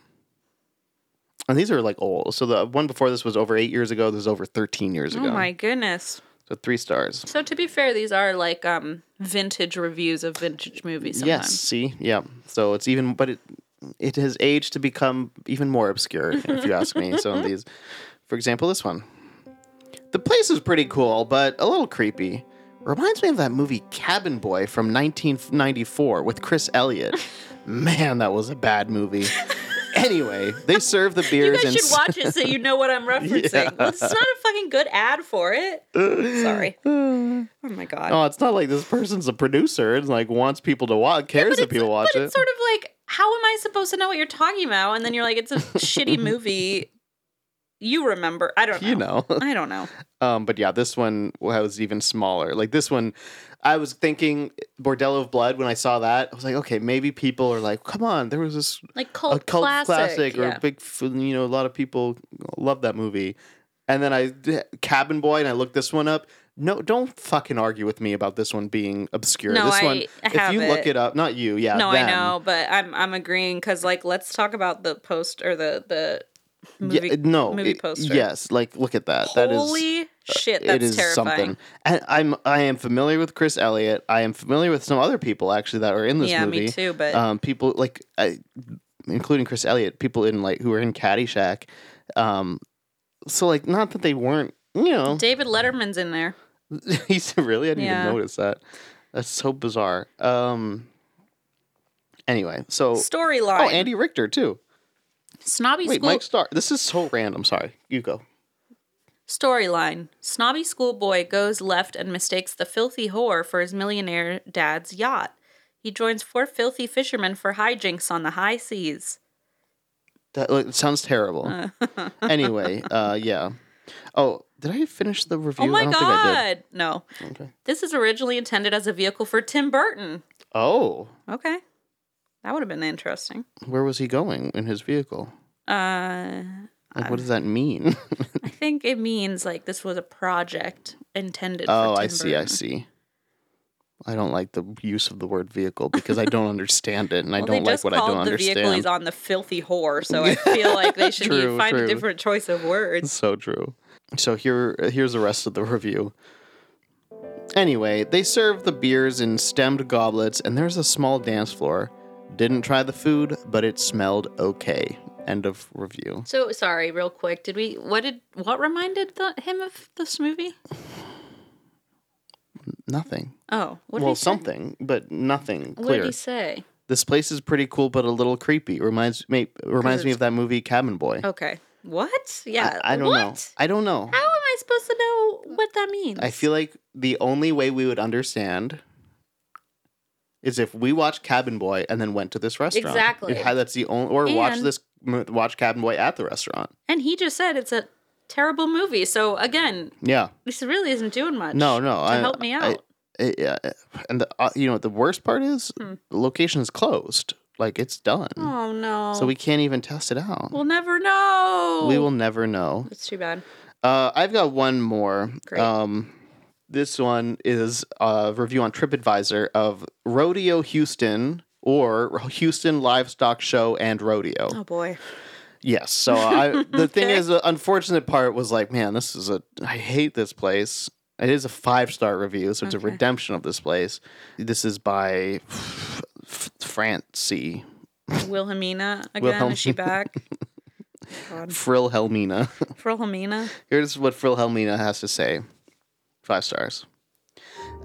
Speaker 2: And these are like old. So the one before this was over eight years ago. This is over 13 years
Speaker 1: oh
Speaker 2: ago.
Speaker 1: my goodness.
Speaker 2: So three stars.
Speaker 1: So to be fair, these are like um vintage reviews of vintage movies.
Speaker 2: Yes.
Speaker 1: Sometimes.
Speaker 2: See? Yeah. So it's even, but it it has aged to become even more obscure, if you ask me. Some of these, for example, this one. The place is pretty cool, but a little creepy. Reminds me of that movie Cabin Boy from 1994 with Chris Elliott. Man, that was a bad movie. anyway, they serve the
Speaker 1: You
Speaker 2: beers
Speaker 1: guys
Speaker 2: and
Speaker 1: should watch it so you know what I'm referencing. Well, it's not a fucking good ad for it. Sorry. Oh my god.
Speaker 2: Oh, it's not like this person's a producer and like wants people to watch, cares if
Speaker 1: it's-
Speaker 2: people watch
Speaker 1: but
Speaker 2: it.
Speaker 1: it's sort of like, how am I supposed to know what you're talking about? And then you're like, it's a shitty movie. You remember? I don't know.
Speaker 2: you know.
Speaker 1: I don't know.
Speaker 2: Um, but yeah, this one was even smaller. Like this one, I was thinking Bordello of Blood when I saw that. I was like, okay, maybe people are like, come on, there was this
Speaker 1: Like cult,
Speaker 2: a cult
Speaker 1: classic.
Speaker 2: classic, or
Speaker 1: yeah.
Speaker 2: a big, f- you know, a lot of people love that movie. And then I d- Cabin Boy, and I looked this one up. No, don't fucking argue with me about this one being obscure.
Speaker 1: No,
Speaker 2: this
Speaker 1: I
Speaker 2: one, if
Speaker 1: have
Speaker 2: you look
Speaker 1: it.
Speaker 2: it up, not you, yeah.
Speaker 1: no, I
Speaker 2: them.
Speaker 1: know, but I'm I'm agreeing because like let's talk about the post or the the
Speaker 2: Yeah,
Speaker 1: movie
Speaker 2: no,
Speaker 1: movie
Speaker 2: it-
Speaker 1: poster.
Speaker 2: Yes, like look at that. that is uh,
Speaker 1: Holy shit, that's terrifying.
Speaker 2: And I'm I am familiar with Chris Elliott. I am familiar with some other people actually that are in this
Speaker 1: Yeah, me
Speaker 2: movie.
Speaker 1: too, but-
Speaker 2: um, people like I, including Chris Elliott, people in like who were in Caddyshack. Um, so like not that they weren't, you know,
Speaker 1: David Letterman's in there.
Speaker 2: he's really I didn't
Speaker 1: Yeah.
Speaker 2: even notice that. That's so bizarre. Um, anyway, so
Speaker 1: Storyline.
Speaker 2: oh Andy Richter too.
Speaker 1: Snobby
Speaker 2: Wait,
Speaker 1: school
Speaker 2: Mike Star. This is so random. Sorry, you go.
Speaker 1: Storyline Snobby schoolboy goes left and mistakes the filthy whore for his millionaire dad's yacht. He joins four filthy fishermen for hijinks on the high seas.
Speaker 2: That like, it sounds terrible. anyway, uh, yeah. Oh, did I finish the review?
Speaker 1: oh my
Speaker 2: I don't think I did.
Speaker 1: god! No. This is originally intended as a vehicle for Tim Burton.
Speaker 2: Oh,
Speaker 1: Okay. That would have been interesting.
Speaker 2: where was he going in his vehicle?
Speaker 1: Uh,
Speaker 2: Like, what does that mean?
Speaker 1: I think it means like this was a project intended.
Speaker 2: oh,
Speaker 1: for
Speaker 2: I
Speaker 1: Tim
Speaker 2: see. I
Speaker 1: Burton.
Speaker 2: see. I don't like the use of the word vehicle because I don't understand it, and I
Speaker 1: Well,
Speaker 2: don't
Speaker 1: they
Speaker 2: like
Speaker 1: just
Speaker 2: what I
Speaker 1: called
Speaker 2: don't
Speaker 1: the vehicle he's
Speaker 2: understand.
Speaker 1: on the filthy whore, so I feel like they should
Speaker 2: True,
Speaker 1: find
Speaker 2: true.
Speaker 1: a different choice of words.
Speaker 2: So true. So here, here's the rest of the review. Anyway, they serve the beers in stemmed goblets, and there's a small dance floor. Didn't try the food, but it smelled okay. End of review.
Speaker 1: So sorry, real quick. Did we? What did? What reminded the, him of this movie?
Speaker 2: Nothing.
Speaker 1: Oh, what did
Speaker 2: well,
Speaker 1: he say?
Speaker 2: something, but nothing
Speaker 1: What
Speaker 2: clear.
Speaker 1: did he say?
Speaker 2: This place is pretty cool, but a little creepy. Reminds me reminds me
Speaker 1: it's-
Speaker 2: of that movie Cabin Boy.
Speaker 1: Okay. What? Yeah.
Speaker 2: I, I don't know.
Speaker 1: uh, what?
Speaker 2: I don't know.
Speaker 1: How am I supposed to know what that means?
Speaker 2: I feel like the only way we would understand is if we watched Cabin Boy and then went to this restaurant.
Speaker 1: Exactly.
Speaker 2: If- that's the only, or watch
Speaker 1: And-
Speaker 2: this mo- watch Cabin Boy at the restaurant.
Speaker 1: and he just said it's a terrible movie. So again,
Speaker 2: Yeah.
Speaker 1: this really isn't doing much.
Speaker 2: No, no.
Speaker 1: To
Speaker 2: I-
Speaker 1: help me
Speaker 2: I-
Speaker 1: out.
Speaker 2: I- yeah. And the, uh, you know the worst part is the location is closed. Like it's done.
Speaker 1: Hmm. oh no.
Speaker 2: So we can't even test it out.
Speaker 1: We'll never know.
Speaker 2: we will never know.
Speaker 1: That's too bad.
Speaker 2: Uh, I've got one more.
Speaker 1: Great.
Speaker 2: Um, this one is a review on TripAdvisor of Rodeo Houston or Houston Livestock Show and Rodeo.
Speaker 1: Oh boy.
Speaker 2: Yes. So I, the thing
Speaker 1: Okay.
Speaker 2: is, the unfortunate part was like, man, this is a, I hate this place. It is a five star review, so it's a
Speaker 1: Okay.
Speaker 2: redemption of this place. This is by F- F- Francie
Speaker 1: Wilhelmina again. Is she
Speaker 2: Wilhelmina.
Speaker 1: back? God.
Speaker 2: Frill Helmina.
Speaker 1: Wilhelmina.
Speaker 2: Here's what Phil Helmina has to say. Five stars.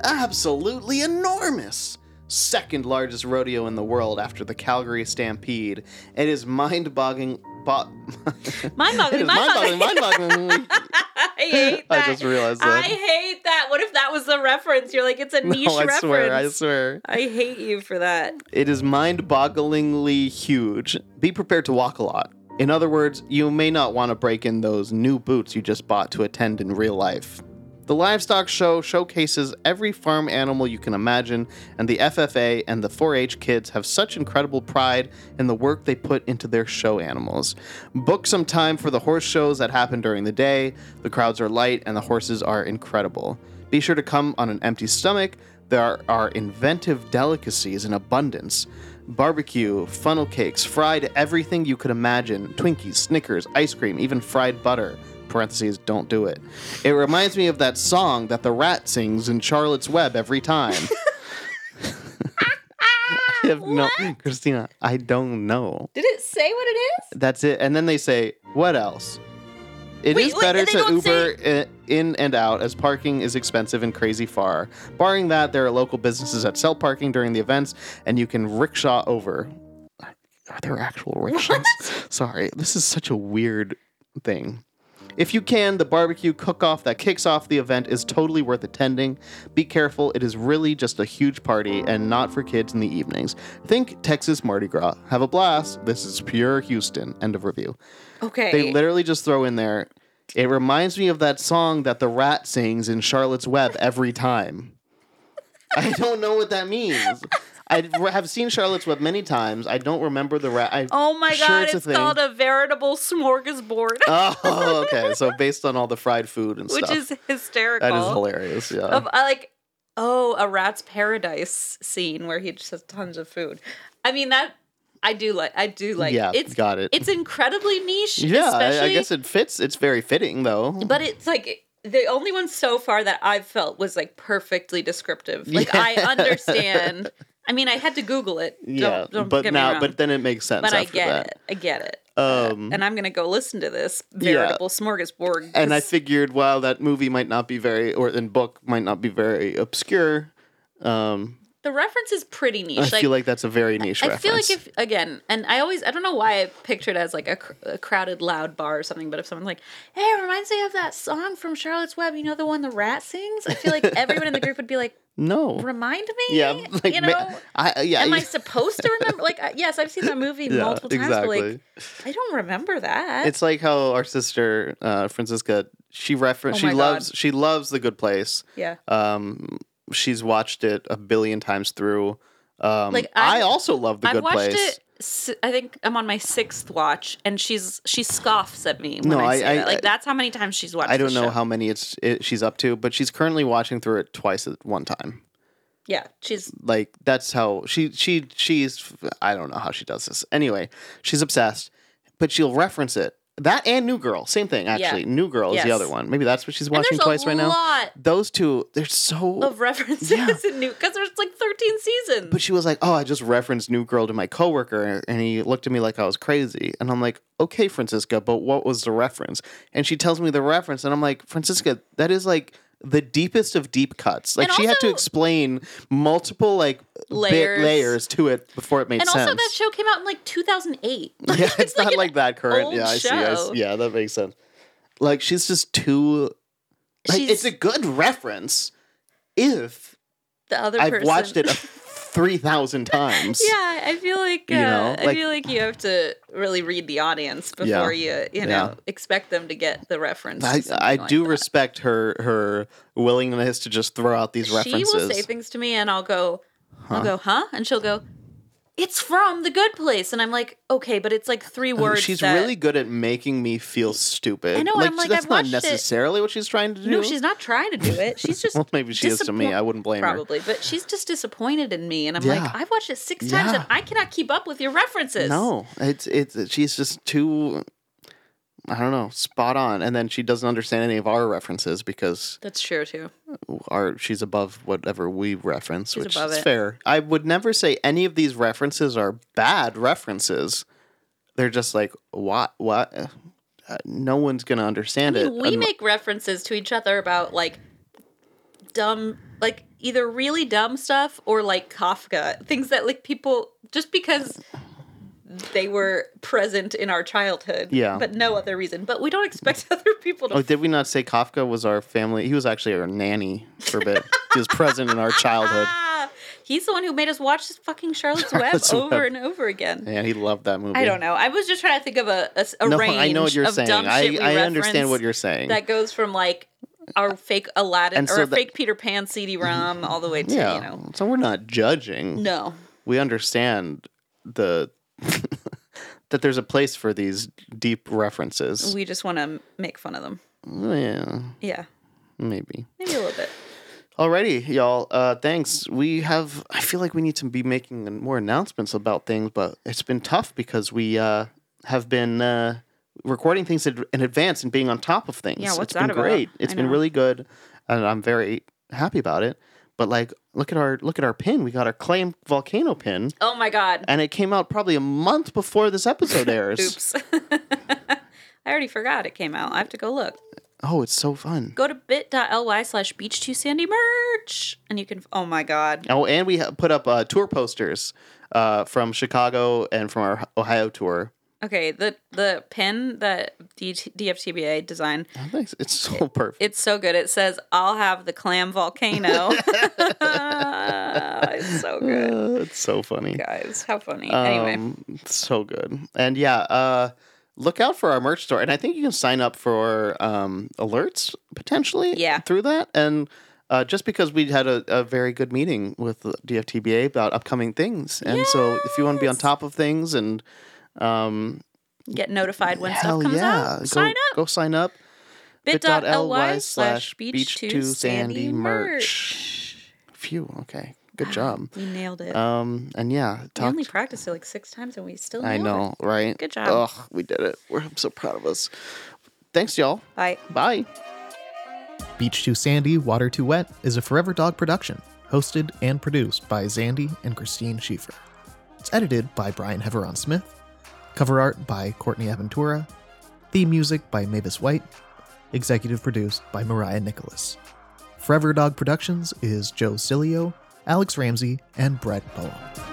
Speaker 2: Absolutely enormous! Second largest rodeo in the world after the Calgary Stampede. It is mind boggling. Bo-
Speaker 1: Mind
Speaker 2: it
Speaker 1: boggling.
Speaker 2: is mind
Speaker 1: Mind
Speaker 2: boggling,
Speaker 1: boggling.
Speaker 2: mind boggling.
Speaker 1: I hate
Speaker 2: I
Speaker 1: that.
Speaker 2: just realized
Speaker 1: I
Speaker 2: that.
Speaker 1: hate that. What if that was the reference? You're like, it's a niche
Speaker 2: no, I
Speaker 1: reference.
Speaker 2: swear, I swear.
Speaker 1: I hate you for that.
Speaker 2: It is mind bogglingly huge. Be prepared to walk a lot. In other words, you may not want to break in those new boots you just bought to attend in real life. The livestock show showcases every farm animal you can imagine, and the FFA and the 4 H kids have such incredible pride in the work they put into their show animals. Book some time for the horse shows that happen during the day. The crowds are light, and the horses are incredible. Be sure to come on an empty stomach. There are inventive delicacies in abundance barbecue, funnel cakes, fried everything you could imagine Twinkies, Snickers, ice cream, even fried butter. Parentheses, don't do it. It reminds me of that song that the rat sings in Charlotte's Web every time. I have no, Christina, I don't know.
Speaker 1: Did it say what it is?
Speaker 2: That's it. And then they say, what else? It
Speaker 1: Wait,
Speaker 2: is
Speaker 1: wait,
Speaker 2: better
Speaker 1: they
Speaker 2: to
Speaker 1: don't say-
Speaker 2: Uber i- in and out as parking is expensive and crazy far. Barring that, there are local businesses that sell parking during the events and you can rickshaw over. Are there actual rickshaws? Sorry, this is such a weird thing. If you can, the barbecue cook off that kicks off the event is totally worth attending. Be careful, it is really just a huge party and not for kids in the evenings. Think Texas Mardi Gras. Have a blast. This is pure Houston. End of review.
Speaker 1: Okay.
Speaker 2: They literally just throw in there. It reminds me of that song that the rat sings in Charlotte's Web every time. I don't know what that means. I have seen Charlotte's Web many times. I don't remember the rat. I'm
Speaker 1: oh my
Speaker 2: sure
Speaker 1: god,
Speaker 2: it's,
Speaker 1: it's,
Speaker 2: a thing.
Speaker 1: called a veritable smorgasbord,
Speaker 2: Oh, okay. So based on all the fried food and
Speaker 1: which
Speaker 2: stuff,
Speaker 1: is hysterical.
Speaker 2: that is hilarious. Yeah.
Speaker 1: Of I like, oh, a rat's paradise scene where he just has tons of food. I mean that I do like. I do like.
Speaker 2: yeah,
Speaker 1: it's
Speaker 2: got it.
Speaker 1: it's incredibly niche.
Speaker 2: yeah, I, I
Speaker 1: especially-
Speaker 2: guess it fits. It's very fitting though.
Speaker 1: But it's like the only one so far that I've felt was like perfectly descriptive. Like I
Speaker 2: Yeah.
Speaker 1: understand. I mean, I had to Google it. Don't,
Speaker 2: yeah,
Speaker 1: don't
Speaker 2: but
Speaker 1: get me
Speaker 2: now,
Speaker 1: wrong.
Speaker 2: but then it makes sense.
Speaker 1: But I
Speaker 2: after
Speaker 1: get
Speaker 2: that.
Speaker 1: it. I get it.
Speaker 2: Um,
Speaker 1: and I'm gonna go listen to this
Speaker 2: Yeah.
Speaker 1: veritable smorgasbord.
Speaker 2: and I
Speaker 1: 'cause-
Speaker 2: figured, wow, that movie might not be very, or in book might not be very obscure. Um,
Speaker 1: the reference is pretty niche.
Speaker 2: I
Speaker 1: like,
Speaker 2: feel like that's a very niche
Speaker 1: I
Speaker 2: reference.
Speaker 1: feel like if again, and I always I don't know why I pictured it as like a, cr- a crowded, loud bar or something. But if someone's like, "Hey, it reminds me of that song from Charlotte's Web," you know the one the rat sings. I feel like everyone in the group would be like,
Speaker 2: no,
Speaker 1: "Remind me."
Speaker 2: yeah, like
Speaker 1: you
Speaker 2: ma-
Speaker 1: know.
Speaker 2: I, yeah,
Speaker 1: Am I
Speaker 2: yeah,
Speaker 1: supposed to remember? Like, I- yes, I've seen that movie
Speaker 2: yeah,
Speaker 1: multiple times, but like, I don't remember that.
Speaker 2: it's like how our sister uh, Francisca, she referenced,
Speaker 1: Oh my
Speaker 2: she
Speaker 1: God.
Speaker 2: loves, she loves the Good Place.
Speaker 1: yeah,
Speaker 2: Um, she's watched it a billion times through. Um,
Speaker 1: Like,
Speaker 2: I
Speaker 1: I-
Speaker 2: also love the
Speaker 1: I've
Speaker 2: Good
Speaker 1: watched
Speaker 2: Place.
Speaker 1: it s- I think I'm on my sixth watch, and she's she scoffs at me when
Speaker 2: No,
Speaker 1: I
Speaker 2: I-
Speaker 1: say
Speaker 2: I-
Speaker 1: that. Like
Speaker 2: I-
Speaker 1: that's how many times she's watched.
Speaker 2: I don't
Speaker 1: the
Speaker 2: know
Speaker 1: show.
Speaker 2: how many it's it, she's up to, but she's currently watching through it twice at one time.
Speaker 1: Yeah, she's
Speaker 2: Like that's how she she she's I don't know how she does this. Anyway, she's obsessed, but she'll reference it. That and New Girl, same thing actually. New Girl is the
Speaker 1: Yes.
Speaker 2: other one. Maybe that's what she's
Speaker 1: and
Speaker 2: watching
Speaker 1: there's
Speaker 2: twice
Speaker 1: a
Speaker 2: right now.
Speaker 1: lot
Speaker 2: Those two, they're so.
Speaker 1: of references in new because there's like 13 seasons.
Speaker 2: but she was like, "Oh, I just referenced New Girl to my coworker," and he looked at me like I was crazy. And I'm like, "Okay, Francisca, but what was the reference?" And she tells me the reference, and I'm like, "Francisca, that is like the deepest of deep cuts. Like
Speaker 1: And
Speaker 2: she had to
Speaker 1: also-
Speaker 2: explain multiple like
Speaker 1: Layers.
Speaker 2: bit layers to it before it made
Speaker 1: and also,
Speaker 2: sense."
Speaker 1: that show came out in like 2008.
Speaker 2: yeah, it's,
Speaker 1: like
Speaker 2: not
Speaker 1: an
Speaker 2: like that current.
Speaker 1: old
Speaker 2: Yeah, I see, I
Speaker 1: show.
Speaker 2: see. Yeah, that makes sense. Like she's just too. Like,
Speaker 1: She's
Speaker 2: it's a good reference if
Speaker 1: the other
Speaker 2: I've
Speaker 1: person.
Speaker 2: watched it three thousand times.
Speaker 1: Yeah, I feel like uh,
Speaker 2: You know,
Speaker 1: I
Speaker 2: like-
Speaker 1: feel like you have to really read the audience
Speaker 2: Yeah.
Speaker 1: before you you know expect them to get the reference. to
Speaker 2: I,
Speaker 1: something
Speaker 2: I
Speaker 1: like
Speaker 2: do
Speaker 1: that.
Speaker 2: respect her her willingness to just throw out these references.
Speaker 1: She will say things to me, and I'll go,
Speaker 2: Huh.
Speaker 1: I'll go, huh? And she'll go, it's from the good place, and I'm like, okay, but it's like three
Speaker 2: Oh,
Speaker 1: words.
Speaker 2: she's
Speaker 1: that-
Speaker 2: really good at making me feel stupid.
Speaker 1: I know, and
Speaker 2: like,
Speaker 1: I'm like,
Speaker 2: that's
Speaker 1: I've
Speaker 2: not
Speaker 1: watched it.
Speaker 2: necessarily what she's trying to do.
Speaker 1: No, she's not trying to do it. She's just
Speaker 2: well, maybe she is to me.
Speaker 1: disappoint-
Speaker 2: I wouldn't blame
Speaker 1: probably, but she's just disappointed in me, and I'm
Speaker 2: Yeah.
Speaker 1: like, I've watched it six times,
Speaker 2: Yeah.
Speaker 1: and I cannot keep up with your
Speaker 2: her.
Speaker 1: references.
Speaker 2: No, it's it's she's just too. I don't know, spot on. And then she doesn't understand any of our references because
Speaker 1: that's true too.
Speaker 2: our she's above whatever we reference,
Speaker 1: She's
Speaker 2: which
Speaker 1: above
Speaker 2: is
Speaker 1: it.
Speaker 2: fair. I would never say any of these references are bad references. They're just like what what. Uh, no one's gonna understand
Speaker 1: I mean,
Speaker 2: it.
Speaker 1: we
Speaker 2: un-
Speaker 1: make references to each other about like dumb, like either really dumb stuff or like Kafka, things that like people just because they were present in our childhood,
Speaker 2: Yeah.
Speaker 1: but no other reason. But we don't expect other people to.
Speaker 2: oh, did we not say Kafka was our family? He was actually our nanny for a bit. he was present in our childhood,
Speaker 1: ah, he's the one who made us watch this fucking Charlotte's,
Speaker 2: Charlotte's
Speaker 1: Web over
Speaker 2: Web.
Speaker 1: and over again.
Speaker 2: and he loved that movie.
Speaker 1: I don't know. I was just trying to think of a, a, s- a
Speaker 2: No,
Speaker 1: range
Speaker 2: I know what you're
Speaker 1: of
Speaker 2: saying.
Speaker 1: dumb shit
Speaker 2: I,
Speaker 1: we
Speaker 2: I understand
Speaker 1: reference
Speaker 2: what you're saying.
Speaker 1: that goes from like our fake Aladdin
Speaker 2: And
Speaker 1: or
Speaker 2: so
Speaker 1: a
Speaker 2: that-
Speaker 1: fake Peter Pan CD-ROM all the way to
Speaker 2: yeah.
Speaker 1: you know
Speaker 2: So we're not judging.
Speaker 1: no
Speaker 2: we understand the that there's a place for these deep references.
Speaker 1: we just want to make fun of them
Speaker 2: yeah,
Speaker 1: yeah
Speaker 2: maybe.
Speaker 1: maybe a little bit
Speaker 2: Alrighty, y'all. Uh, thanks. We have. I feel like we need to be making more announcements about things, but it's been tough because we uh, have been uh, recording things in in advance and being on top of things.
Speaker 1: Yeah, what's
Speaker 2: it's been
Speaker 1: that about?
Speaker 2: great.
Speaker 1: I
Speaker 2: It's been
Speaker 1: know.
Speaker 2: really good, and I'm very happy about it. But like, look at our look at our pin. We got our claim volcano pin.
Speaker 1: oh my god
Speaker 2: and it came out probably a month before this episode airs.
Speaker 1: oops I already forgot it came out I have to go look
Speaker 2: Oh, it's so fun.
Speaker 1: go to bit.ly slash beach to sandy merch and you can oh my god
Speaker 2: Oh, and we ha- put up uh, tour posters uh, from Chicago and from our Ohio tour.
Speaker 1: okay the the pin that D- DFTBA designed
Speaker 2: Oh, thanks. It's so perfect.
Speaker 1: It's so good. It says, I'll have the clam volcano. it's so good.
Speaker 2: Uh, it's so funny.
Speaker 1: Guys, how funny. anyway,
Speaker 2: Um, so good. And yeah, uh, look out for our merch store. And I think you can sign up for um, alerts potentially
Speaker 1: Yeah.
Speaker 2: through that. And uh, just because we had a, a very good meeting with DFTBA about upcoming things. And so if you want to be on
Speaker 1: Yes.
Speaker 2: top of things and um,
Speaker 1: get notified when stuff comes out.
Speaker 2: Oh, Go,
Speaker 1: Sign up.
Speaker 2: Go sign up.
Speaker 1: bit.ly slash beach to sandy merch. Uh,
Speaker 2: Phew. Okay. Good job.
Speaker 1: We nailed it.
Speaker 2: Um. And yeah,
Speaker 1: we
Speaker 2: talk.
Speaker 1: only practiced it like six times and we still
Speaker 2: I
Speaker 1: nailed
Speaker 2: know, right?
Speaker 1: Good job.
Speaker 2: Ugh, we did it. We're, I'm so proud of us. Thanks, y'all.
Speaker 1: it. Bye.
Speaker 2: Bye.
Speaker 4: Beach Too Sandy, Water Too Wet is a Forever Dog production, hosted and produced by Zandy and Christine Schieffer. It's edited by Brian Heveron Smith, cover art by Courtney Aventura, theme music by Mavis White, executive produced by Mariah Nicholas. Forever Dog Productions is Joe Cilio, Alex Ramsey, and Brett Boehm.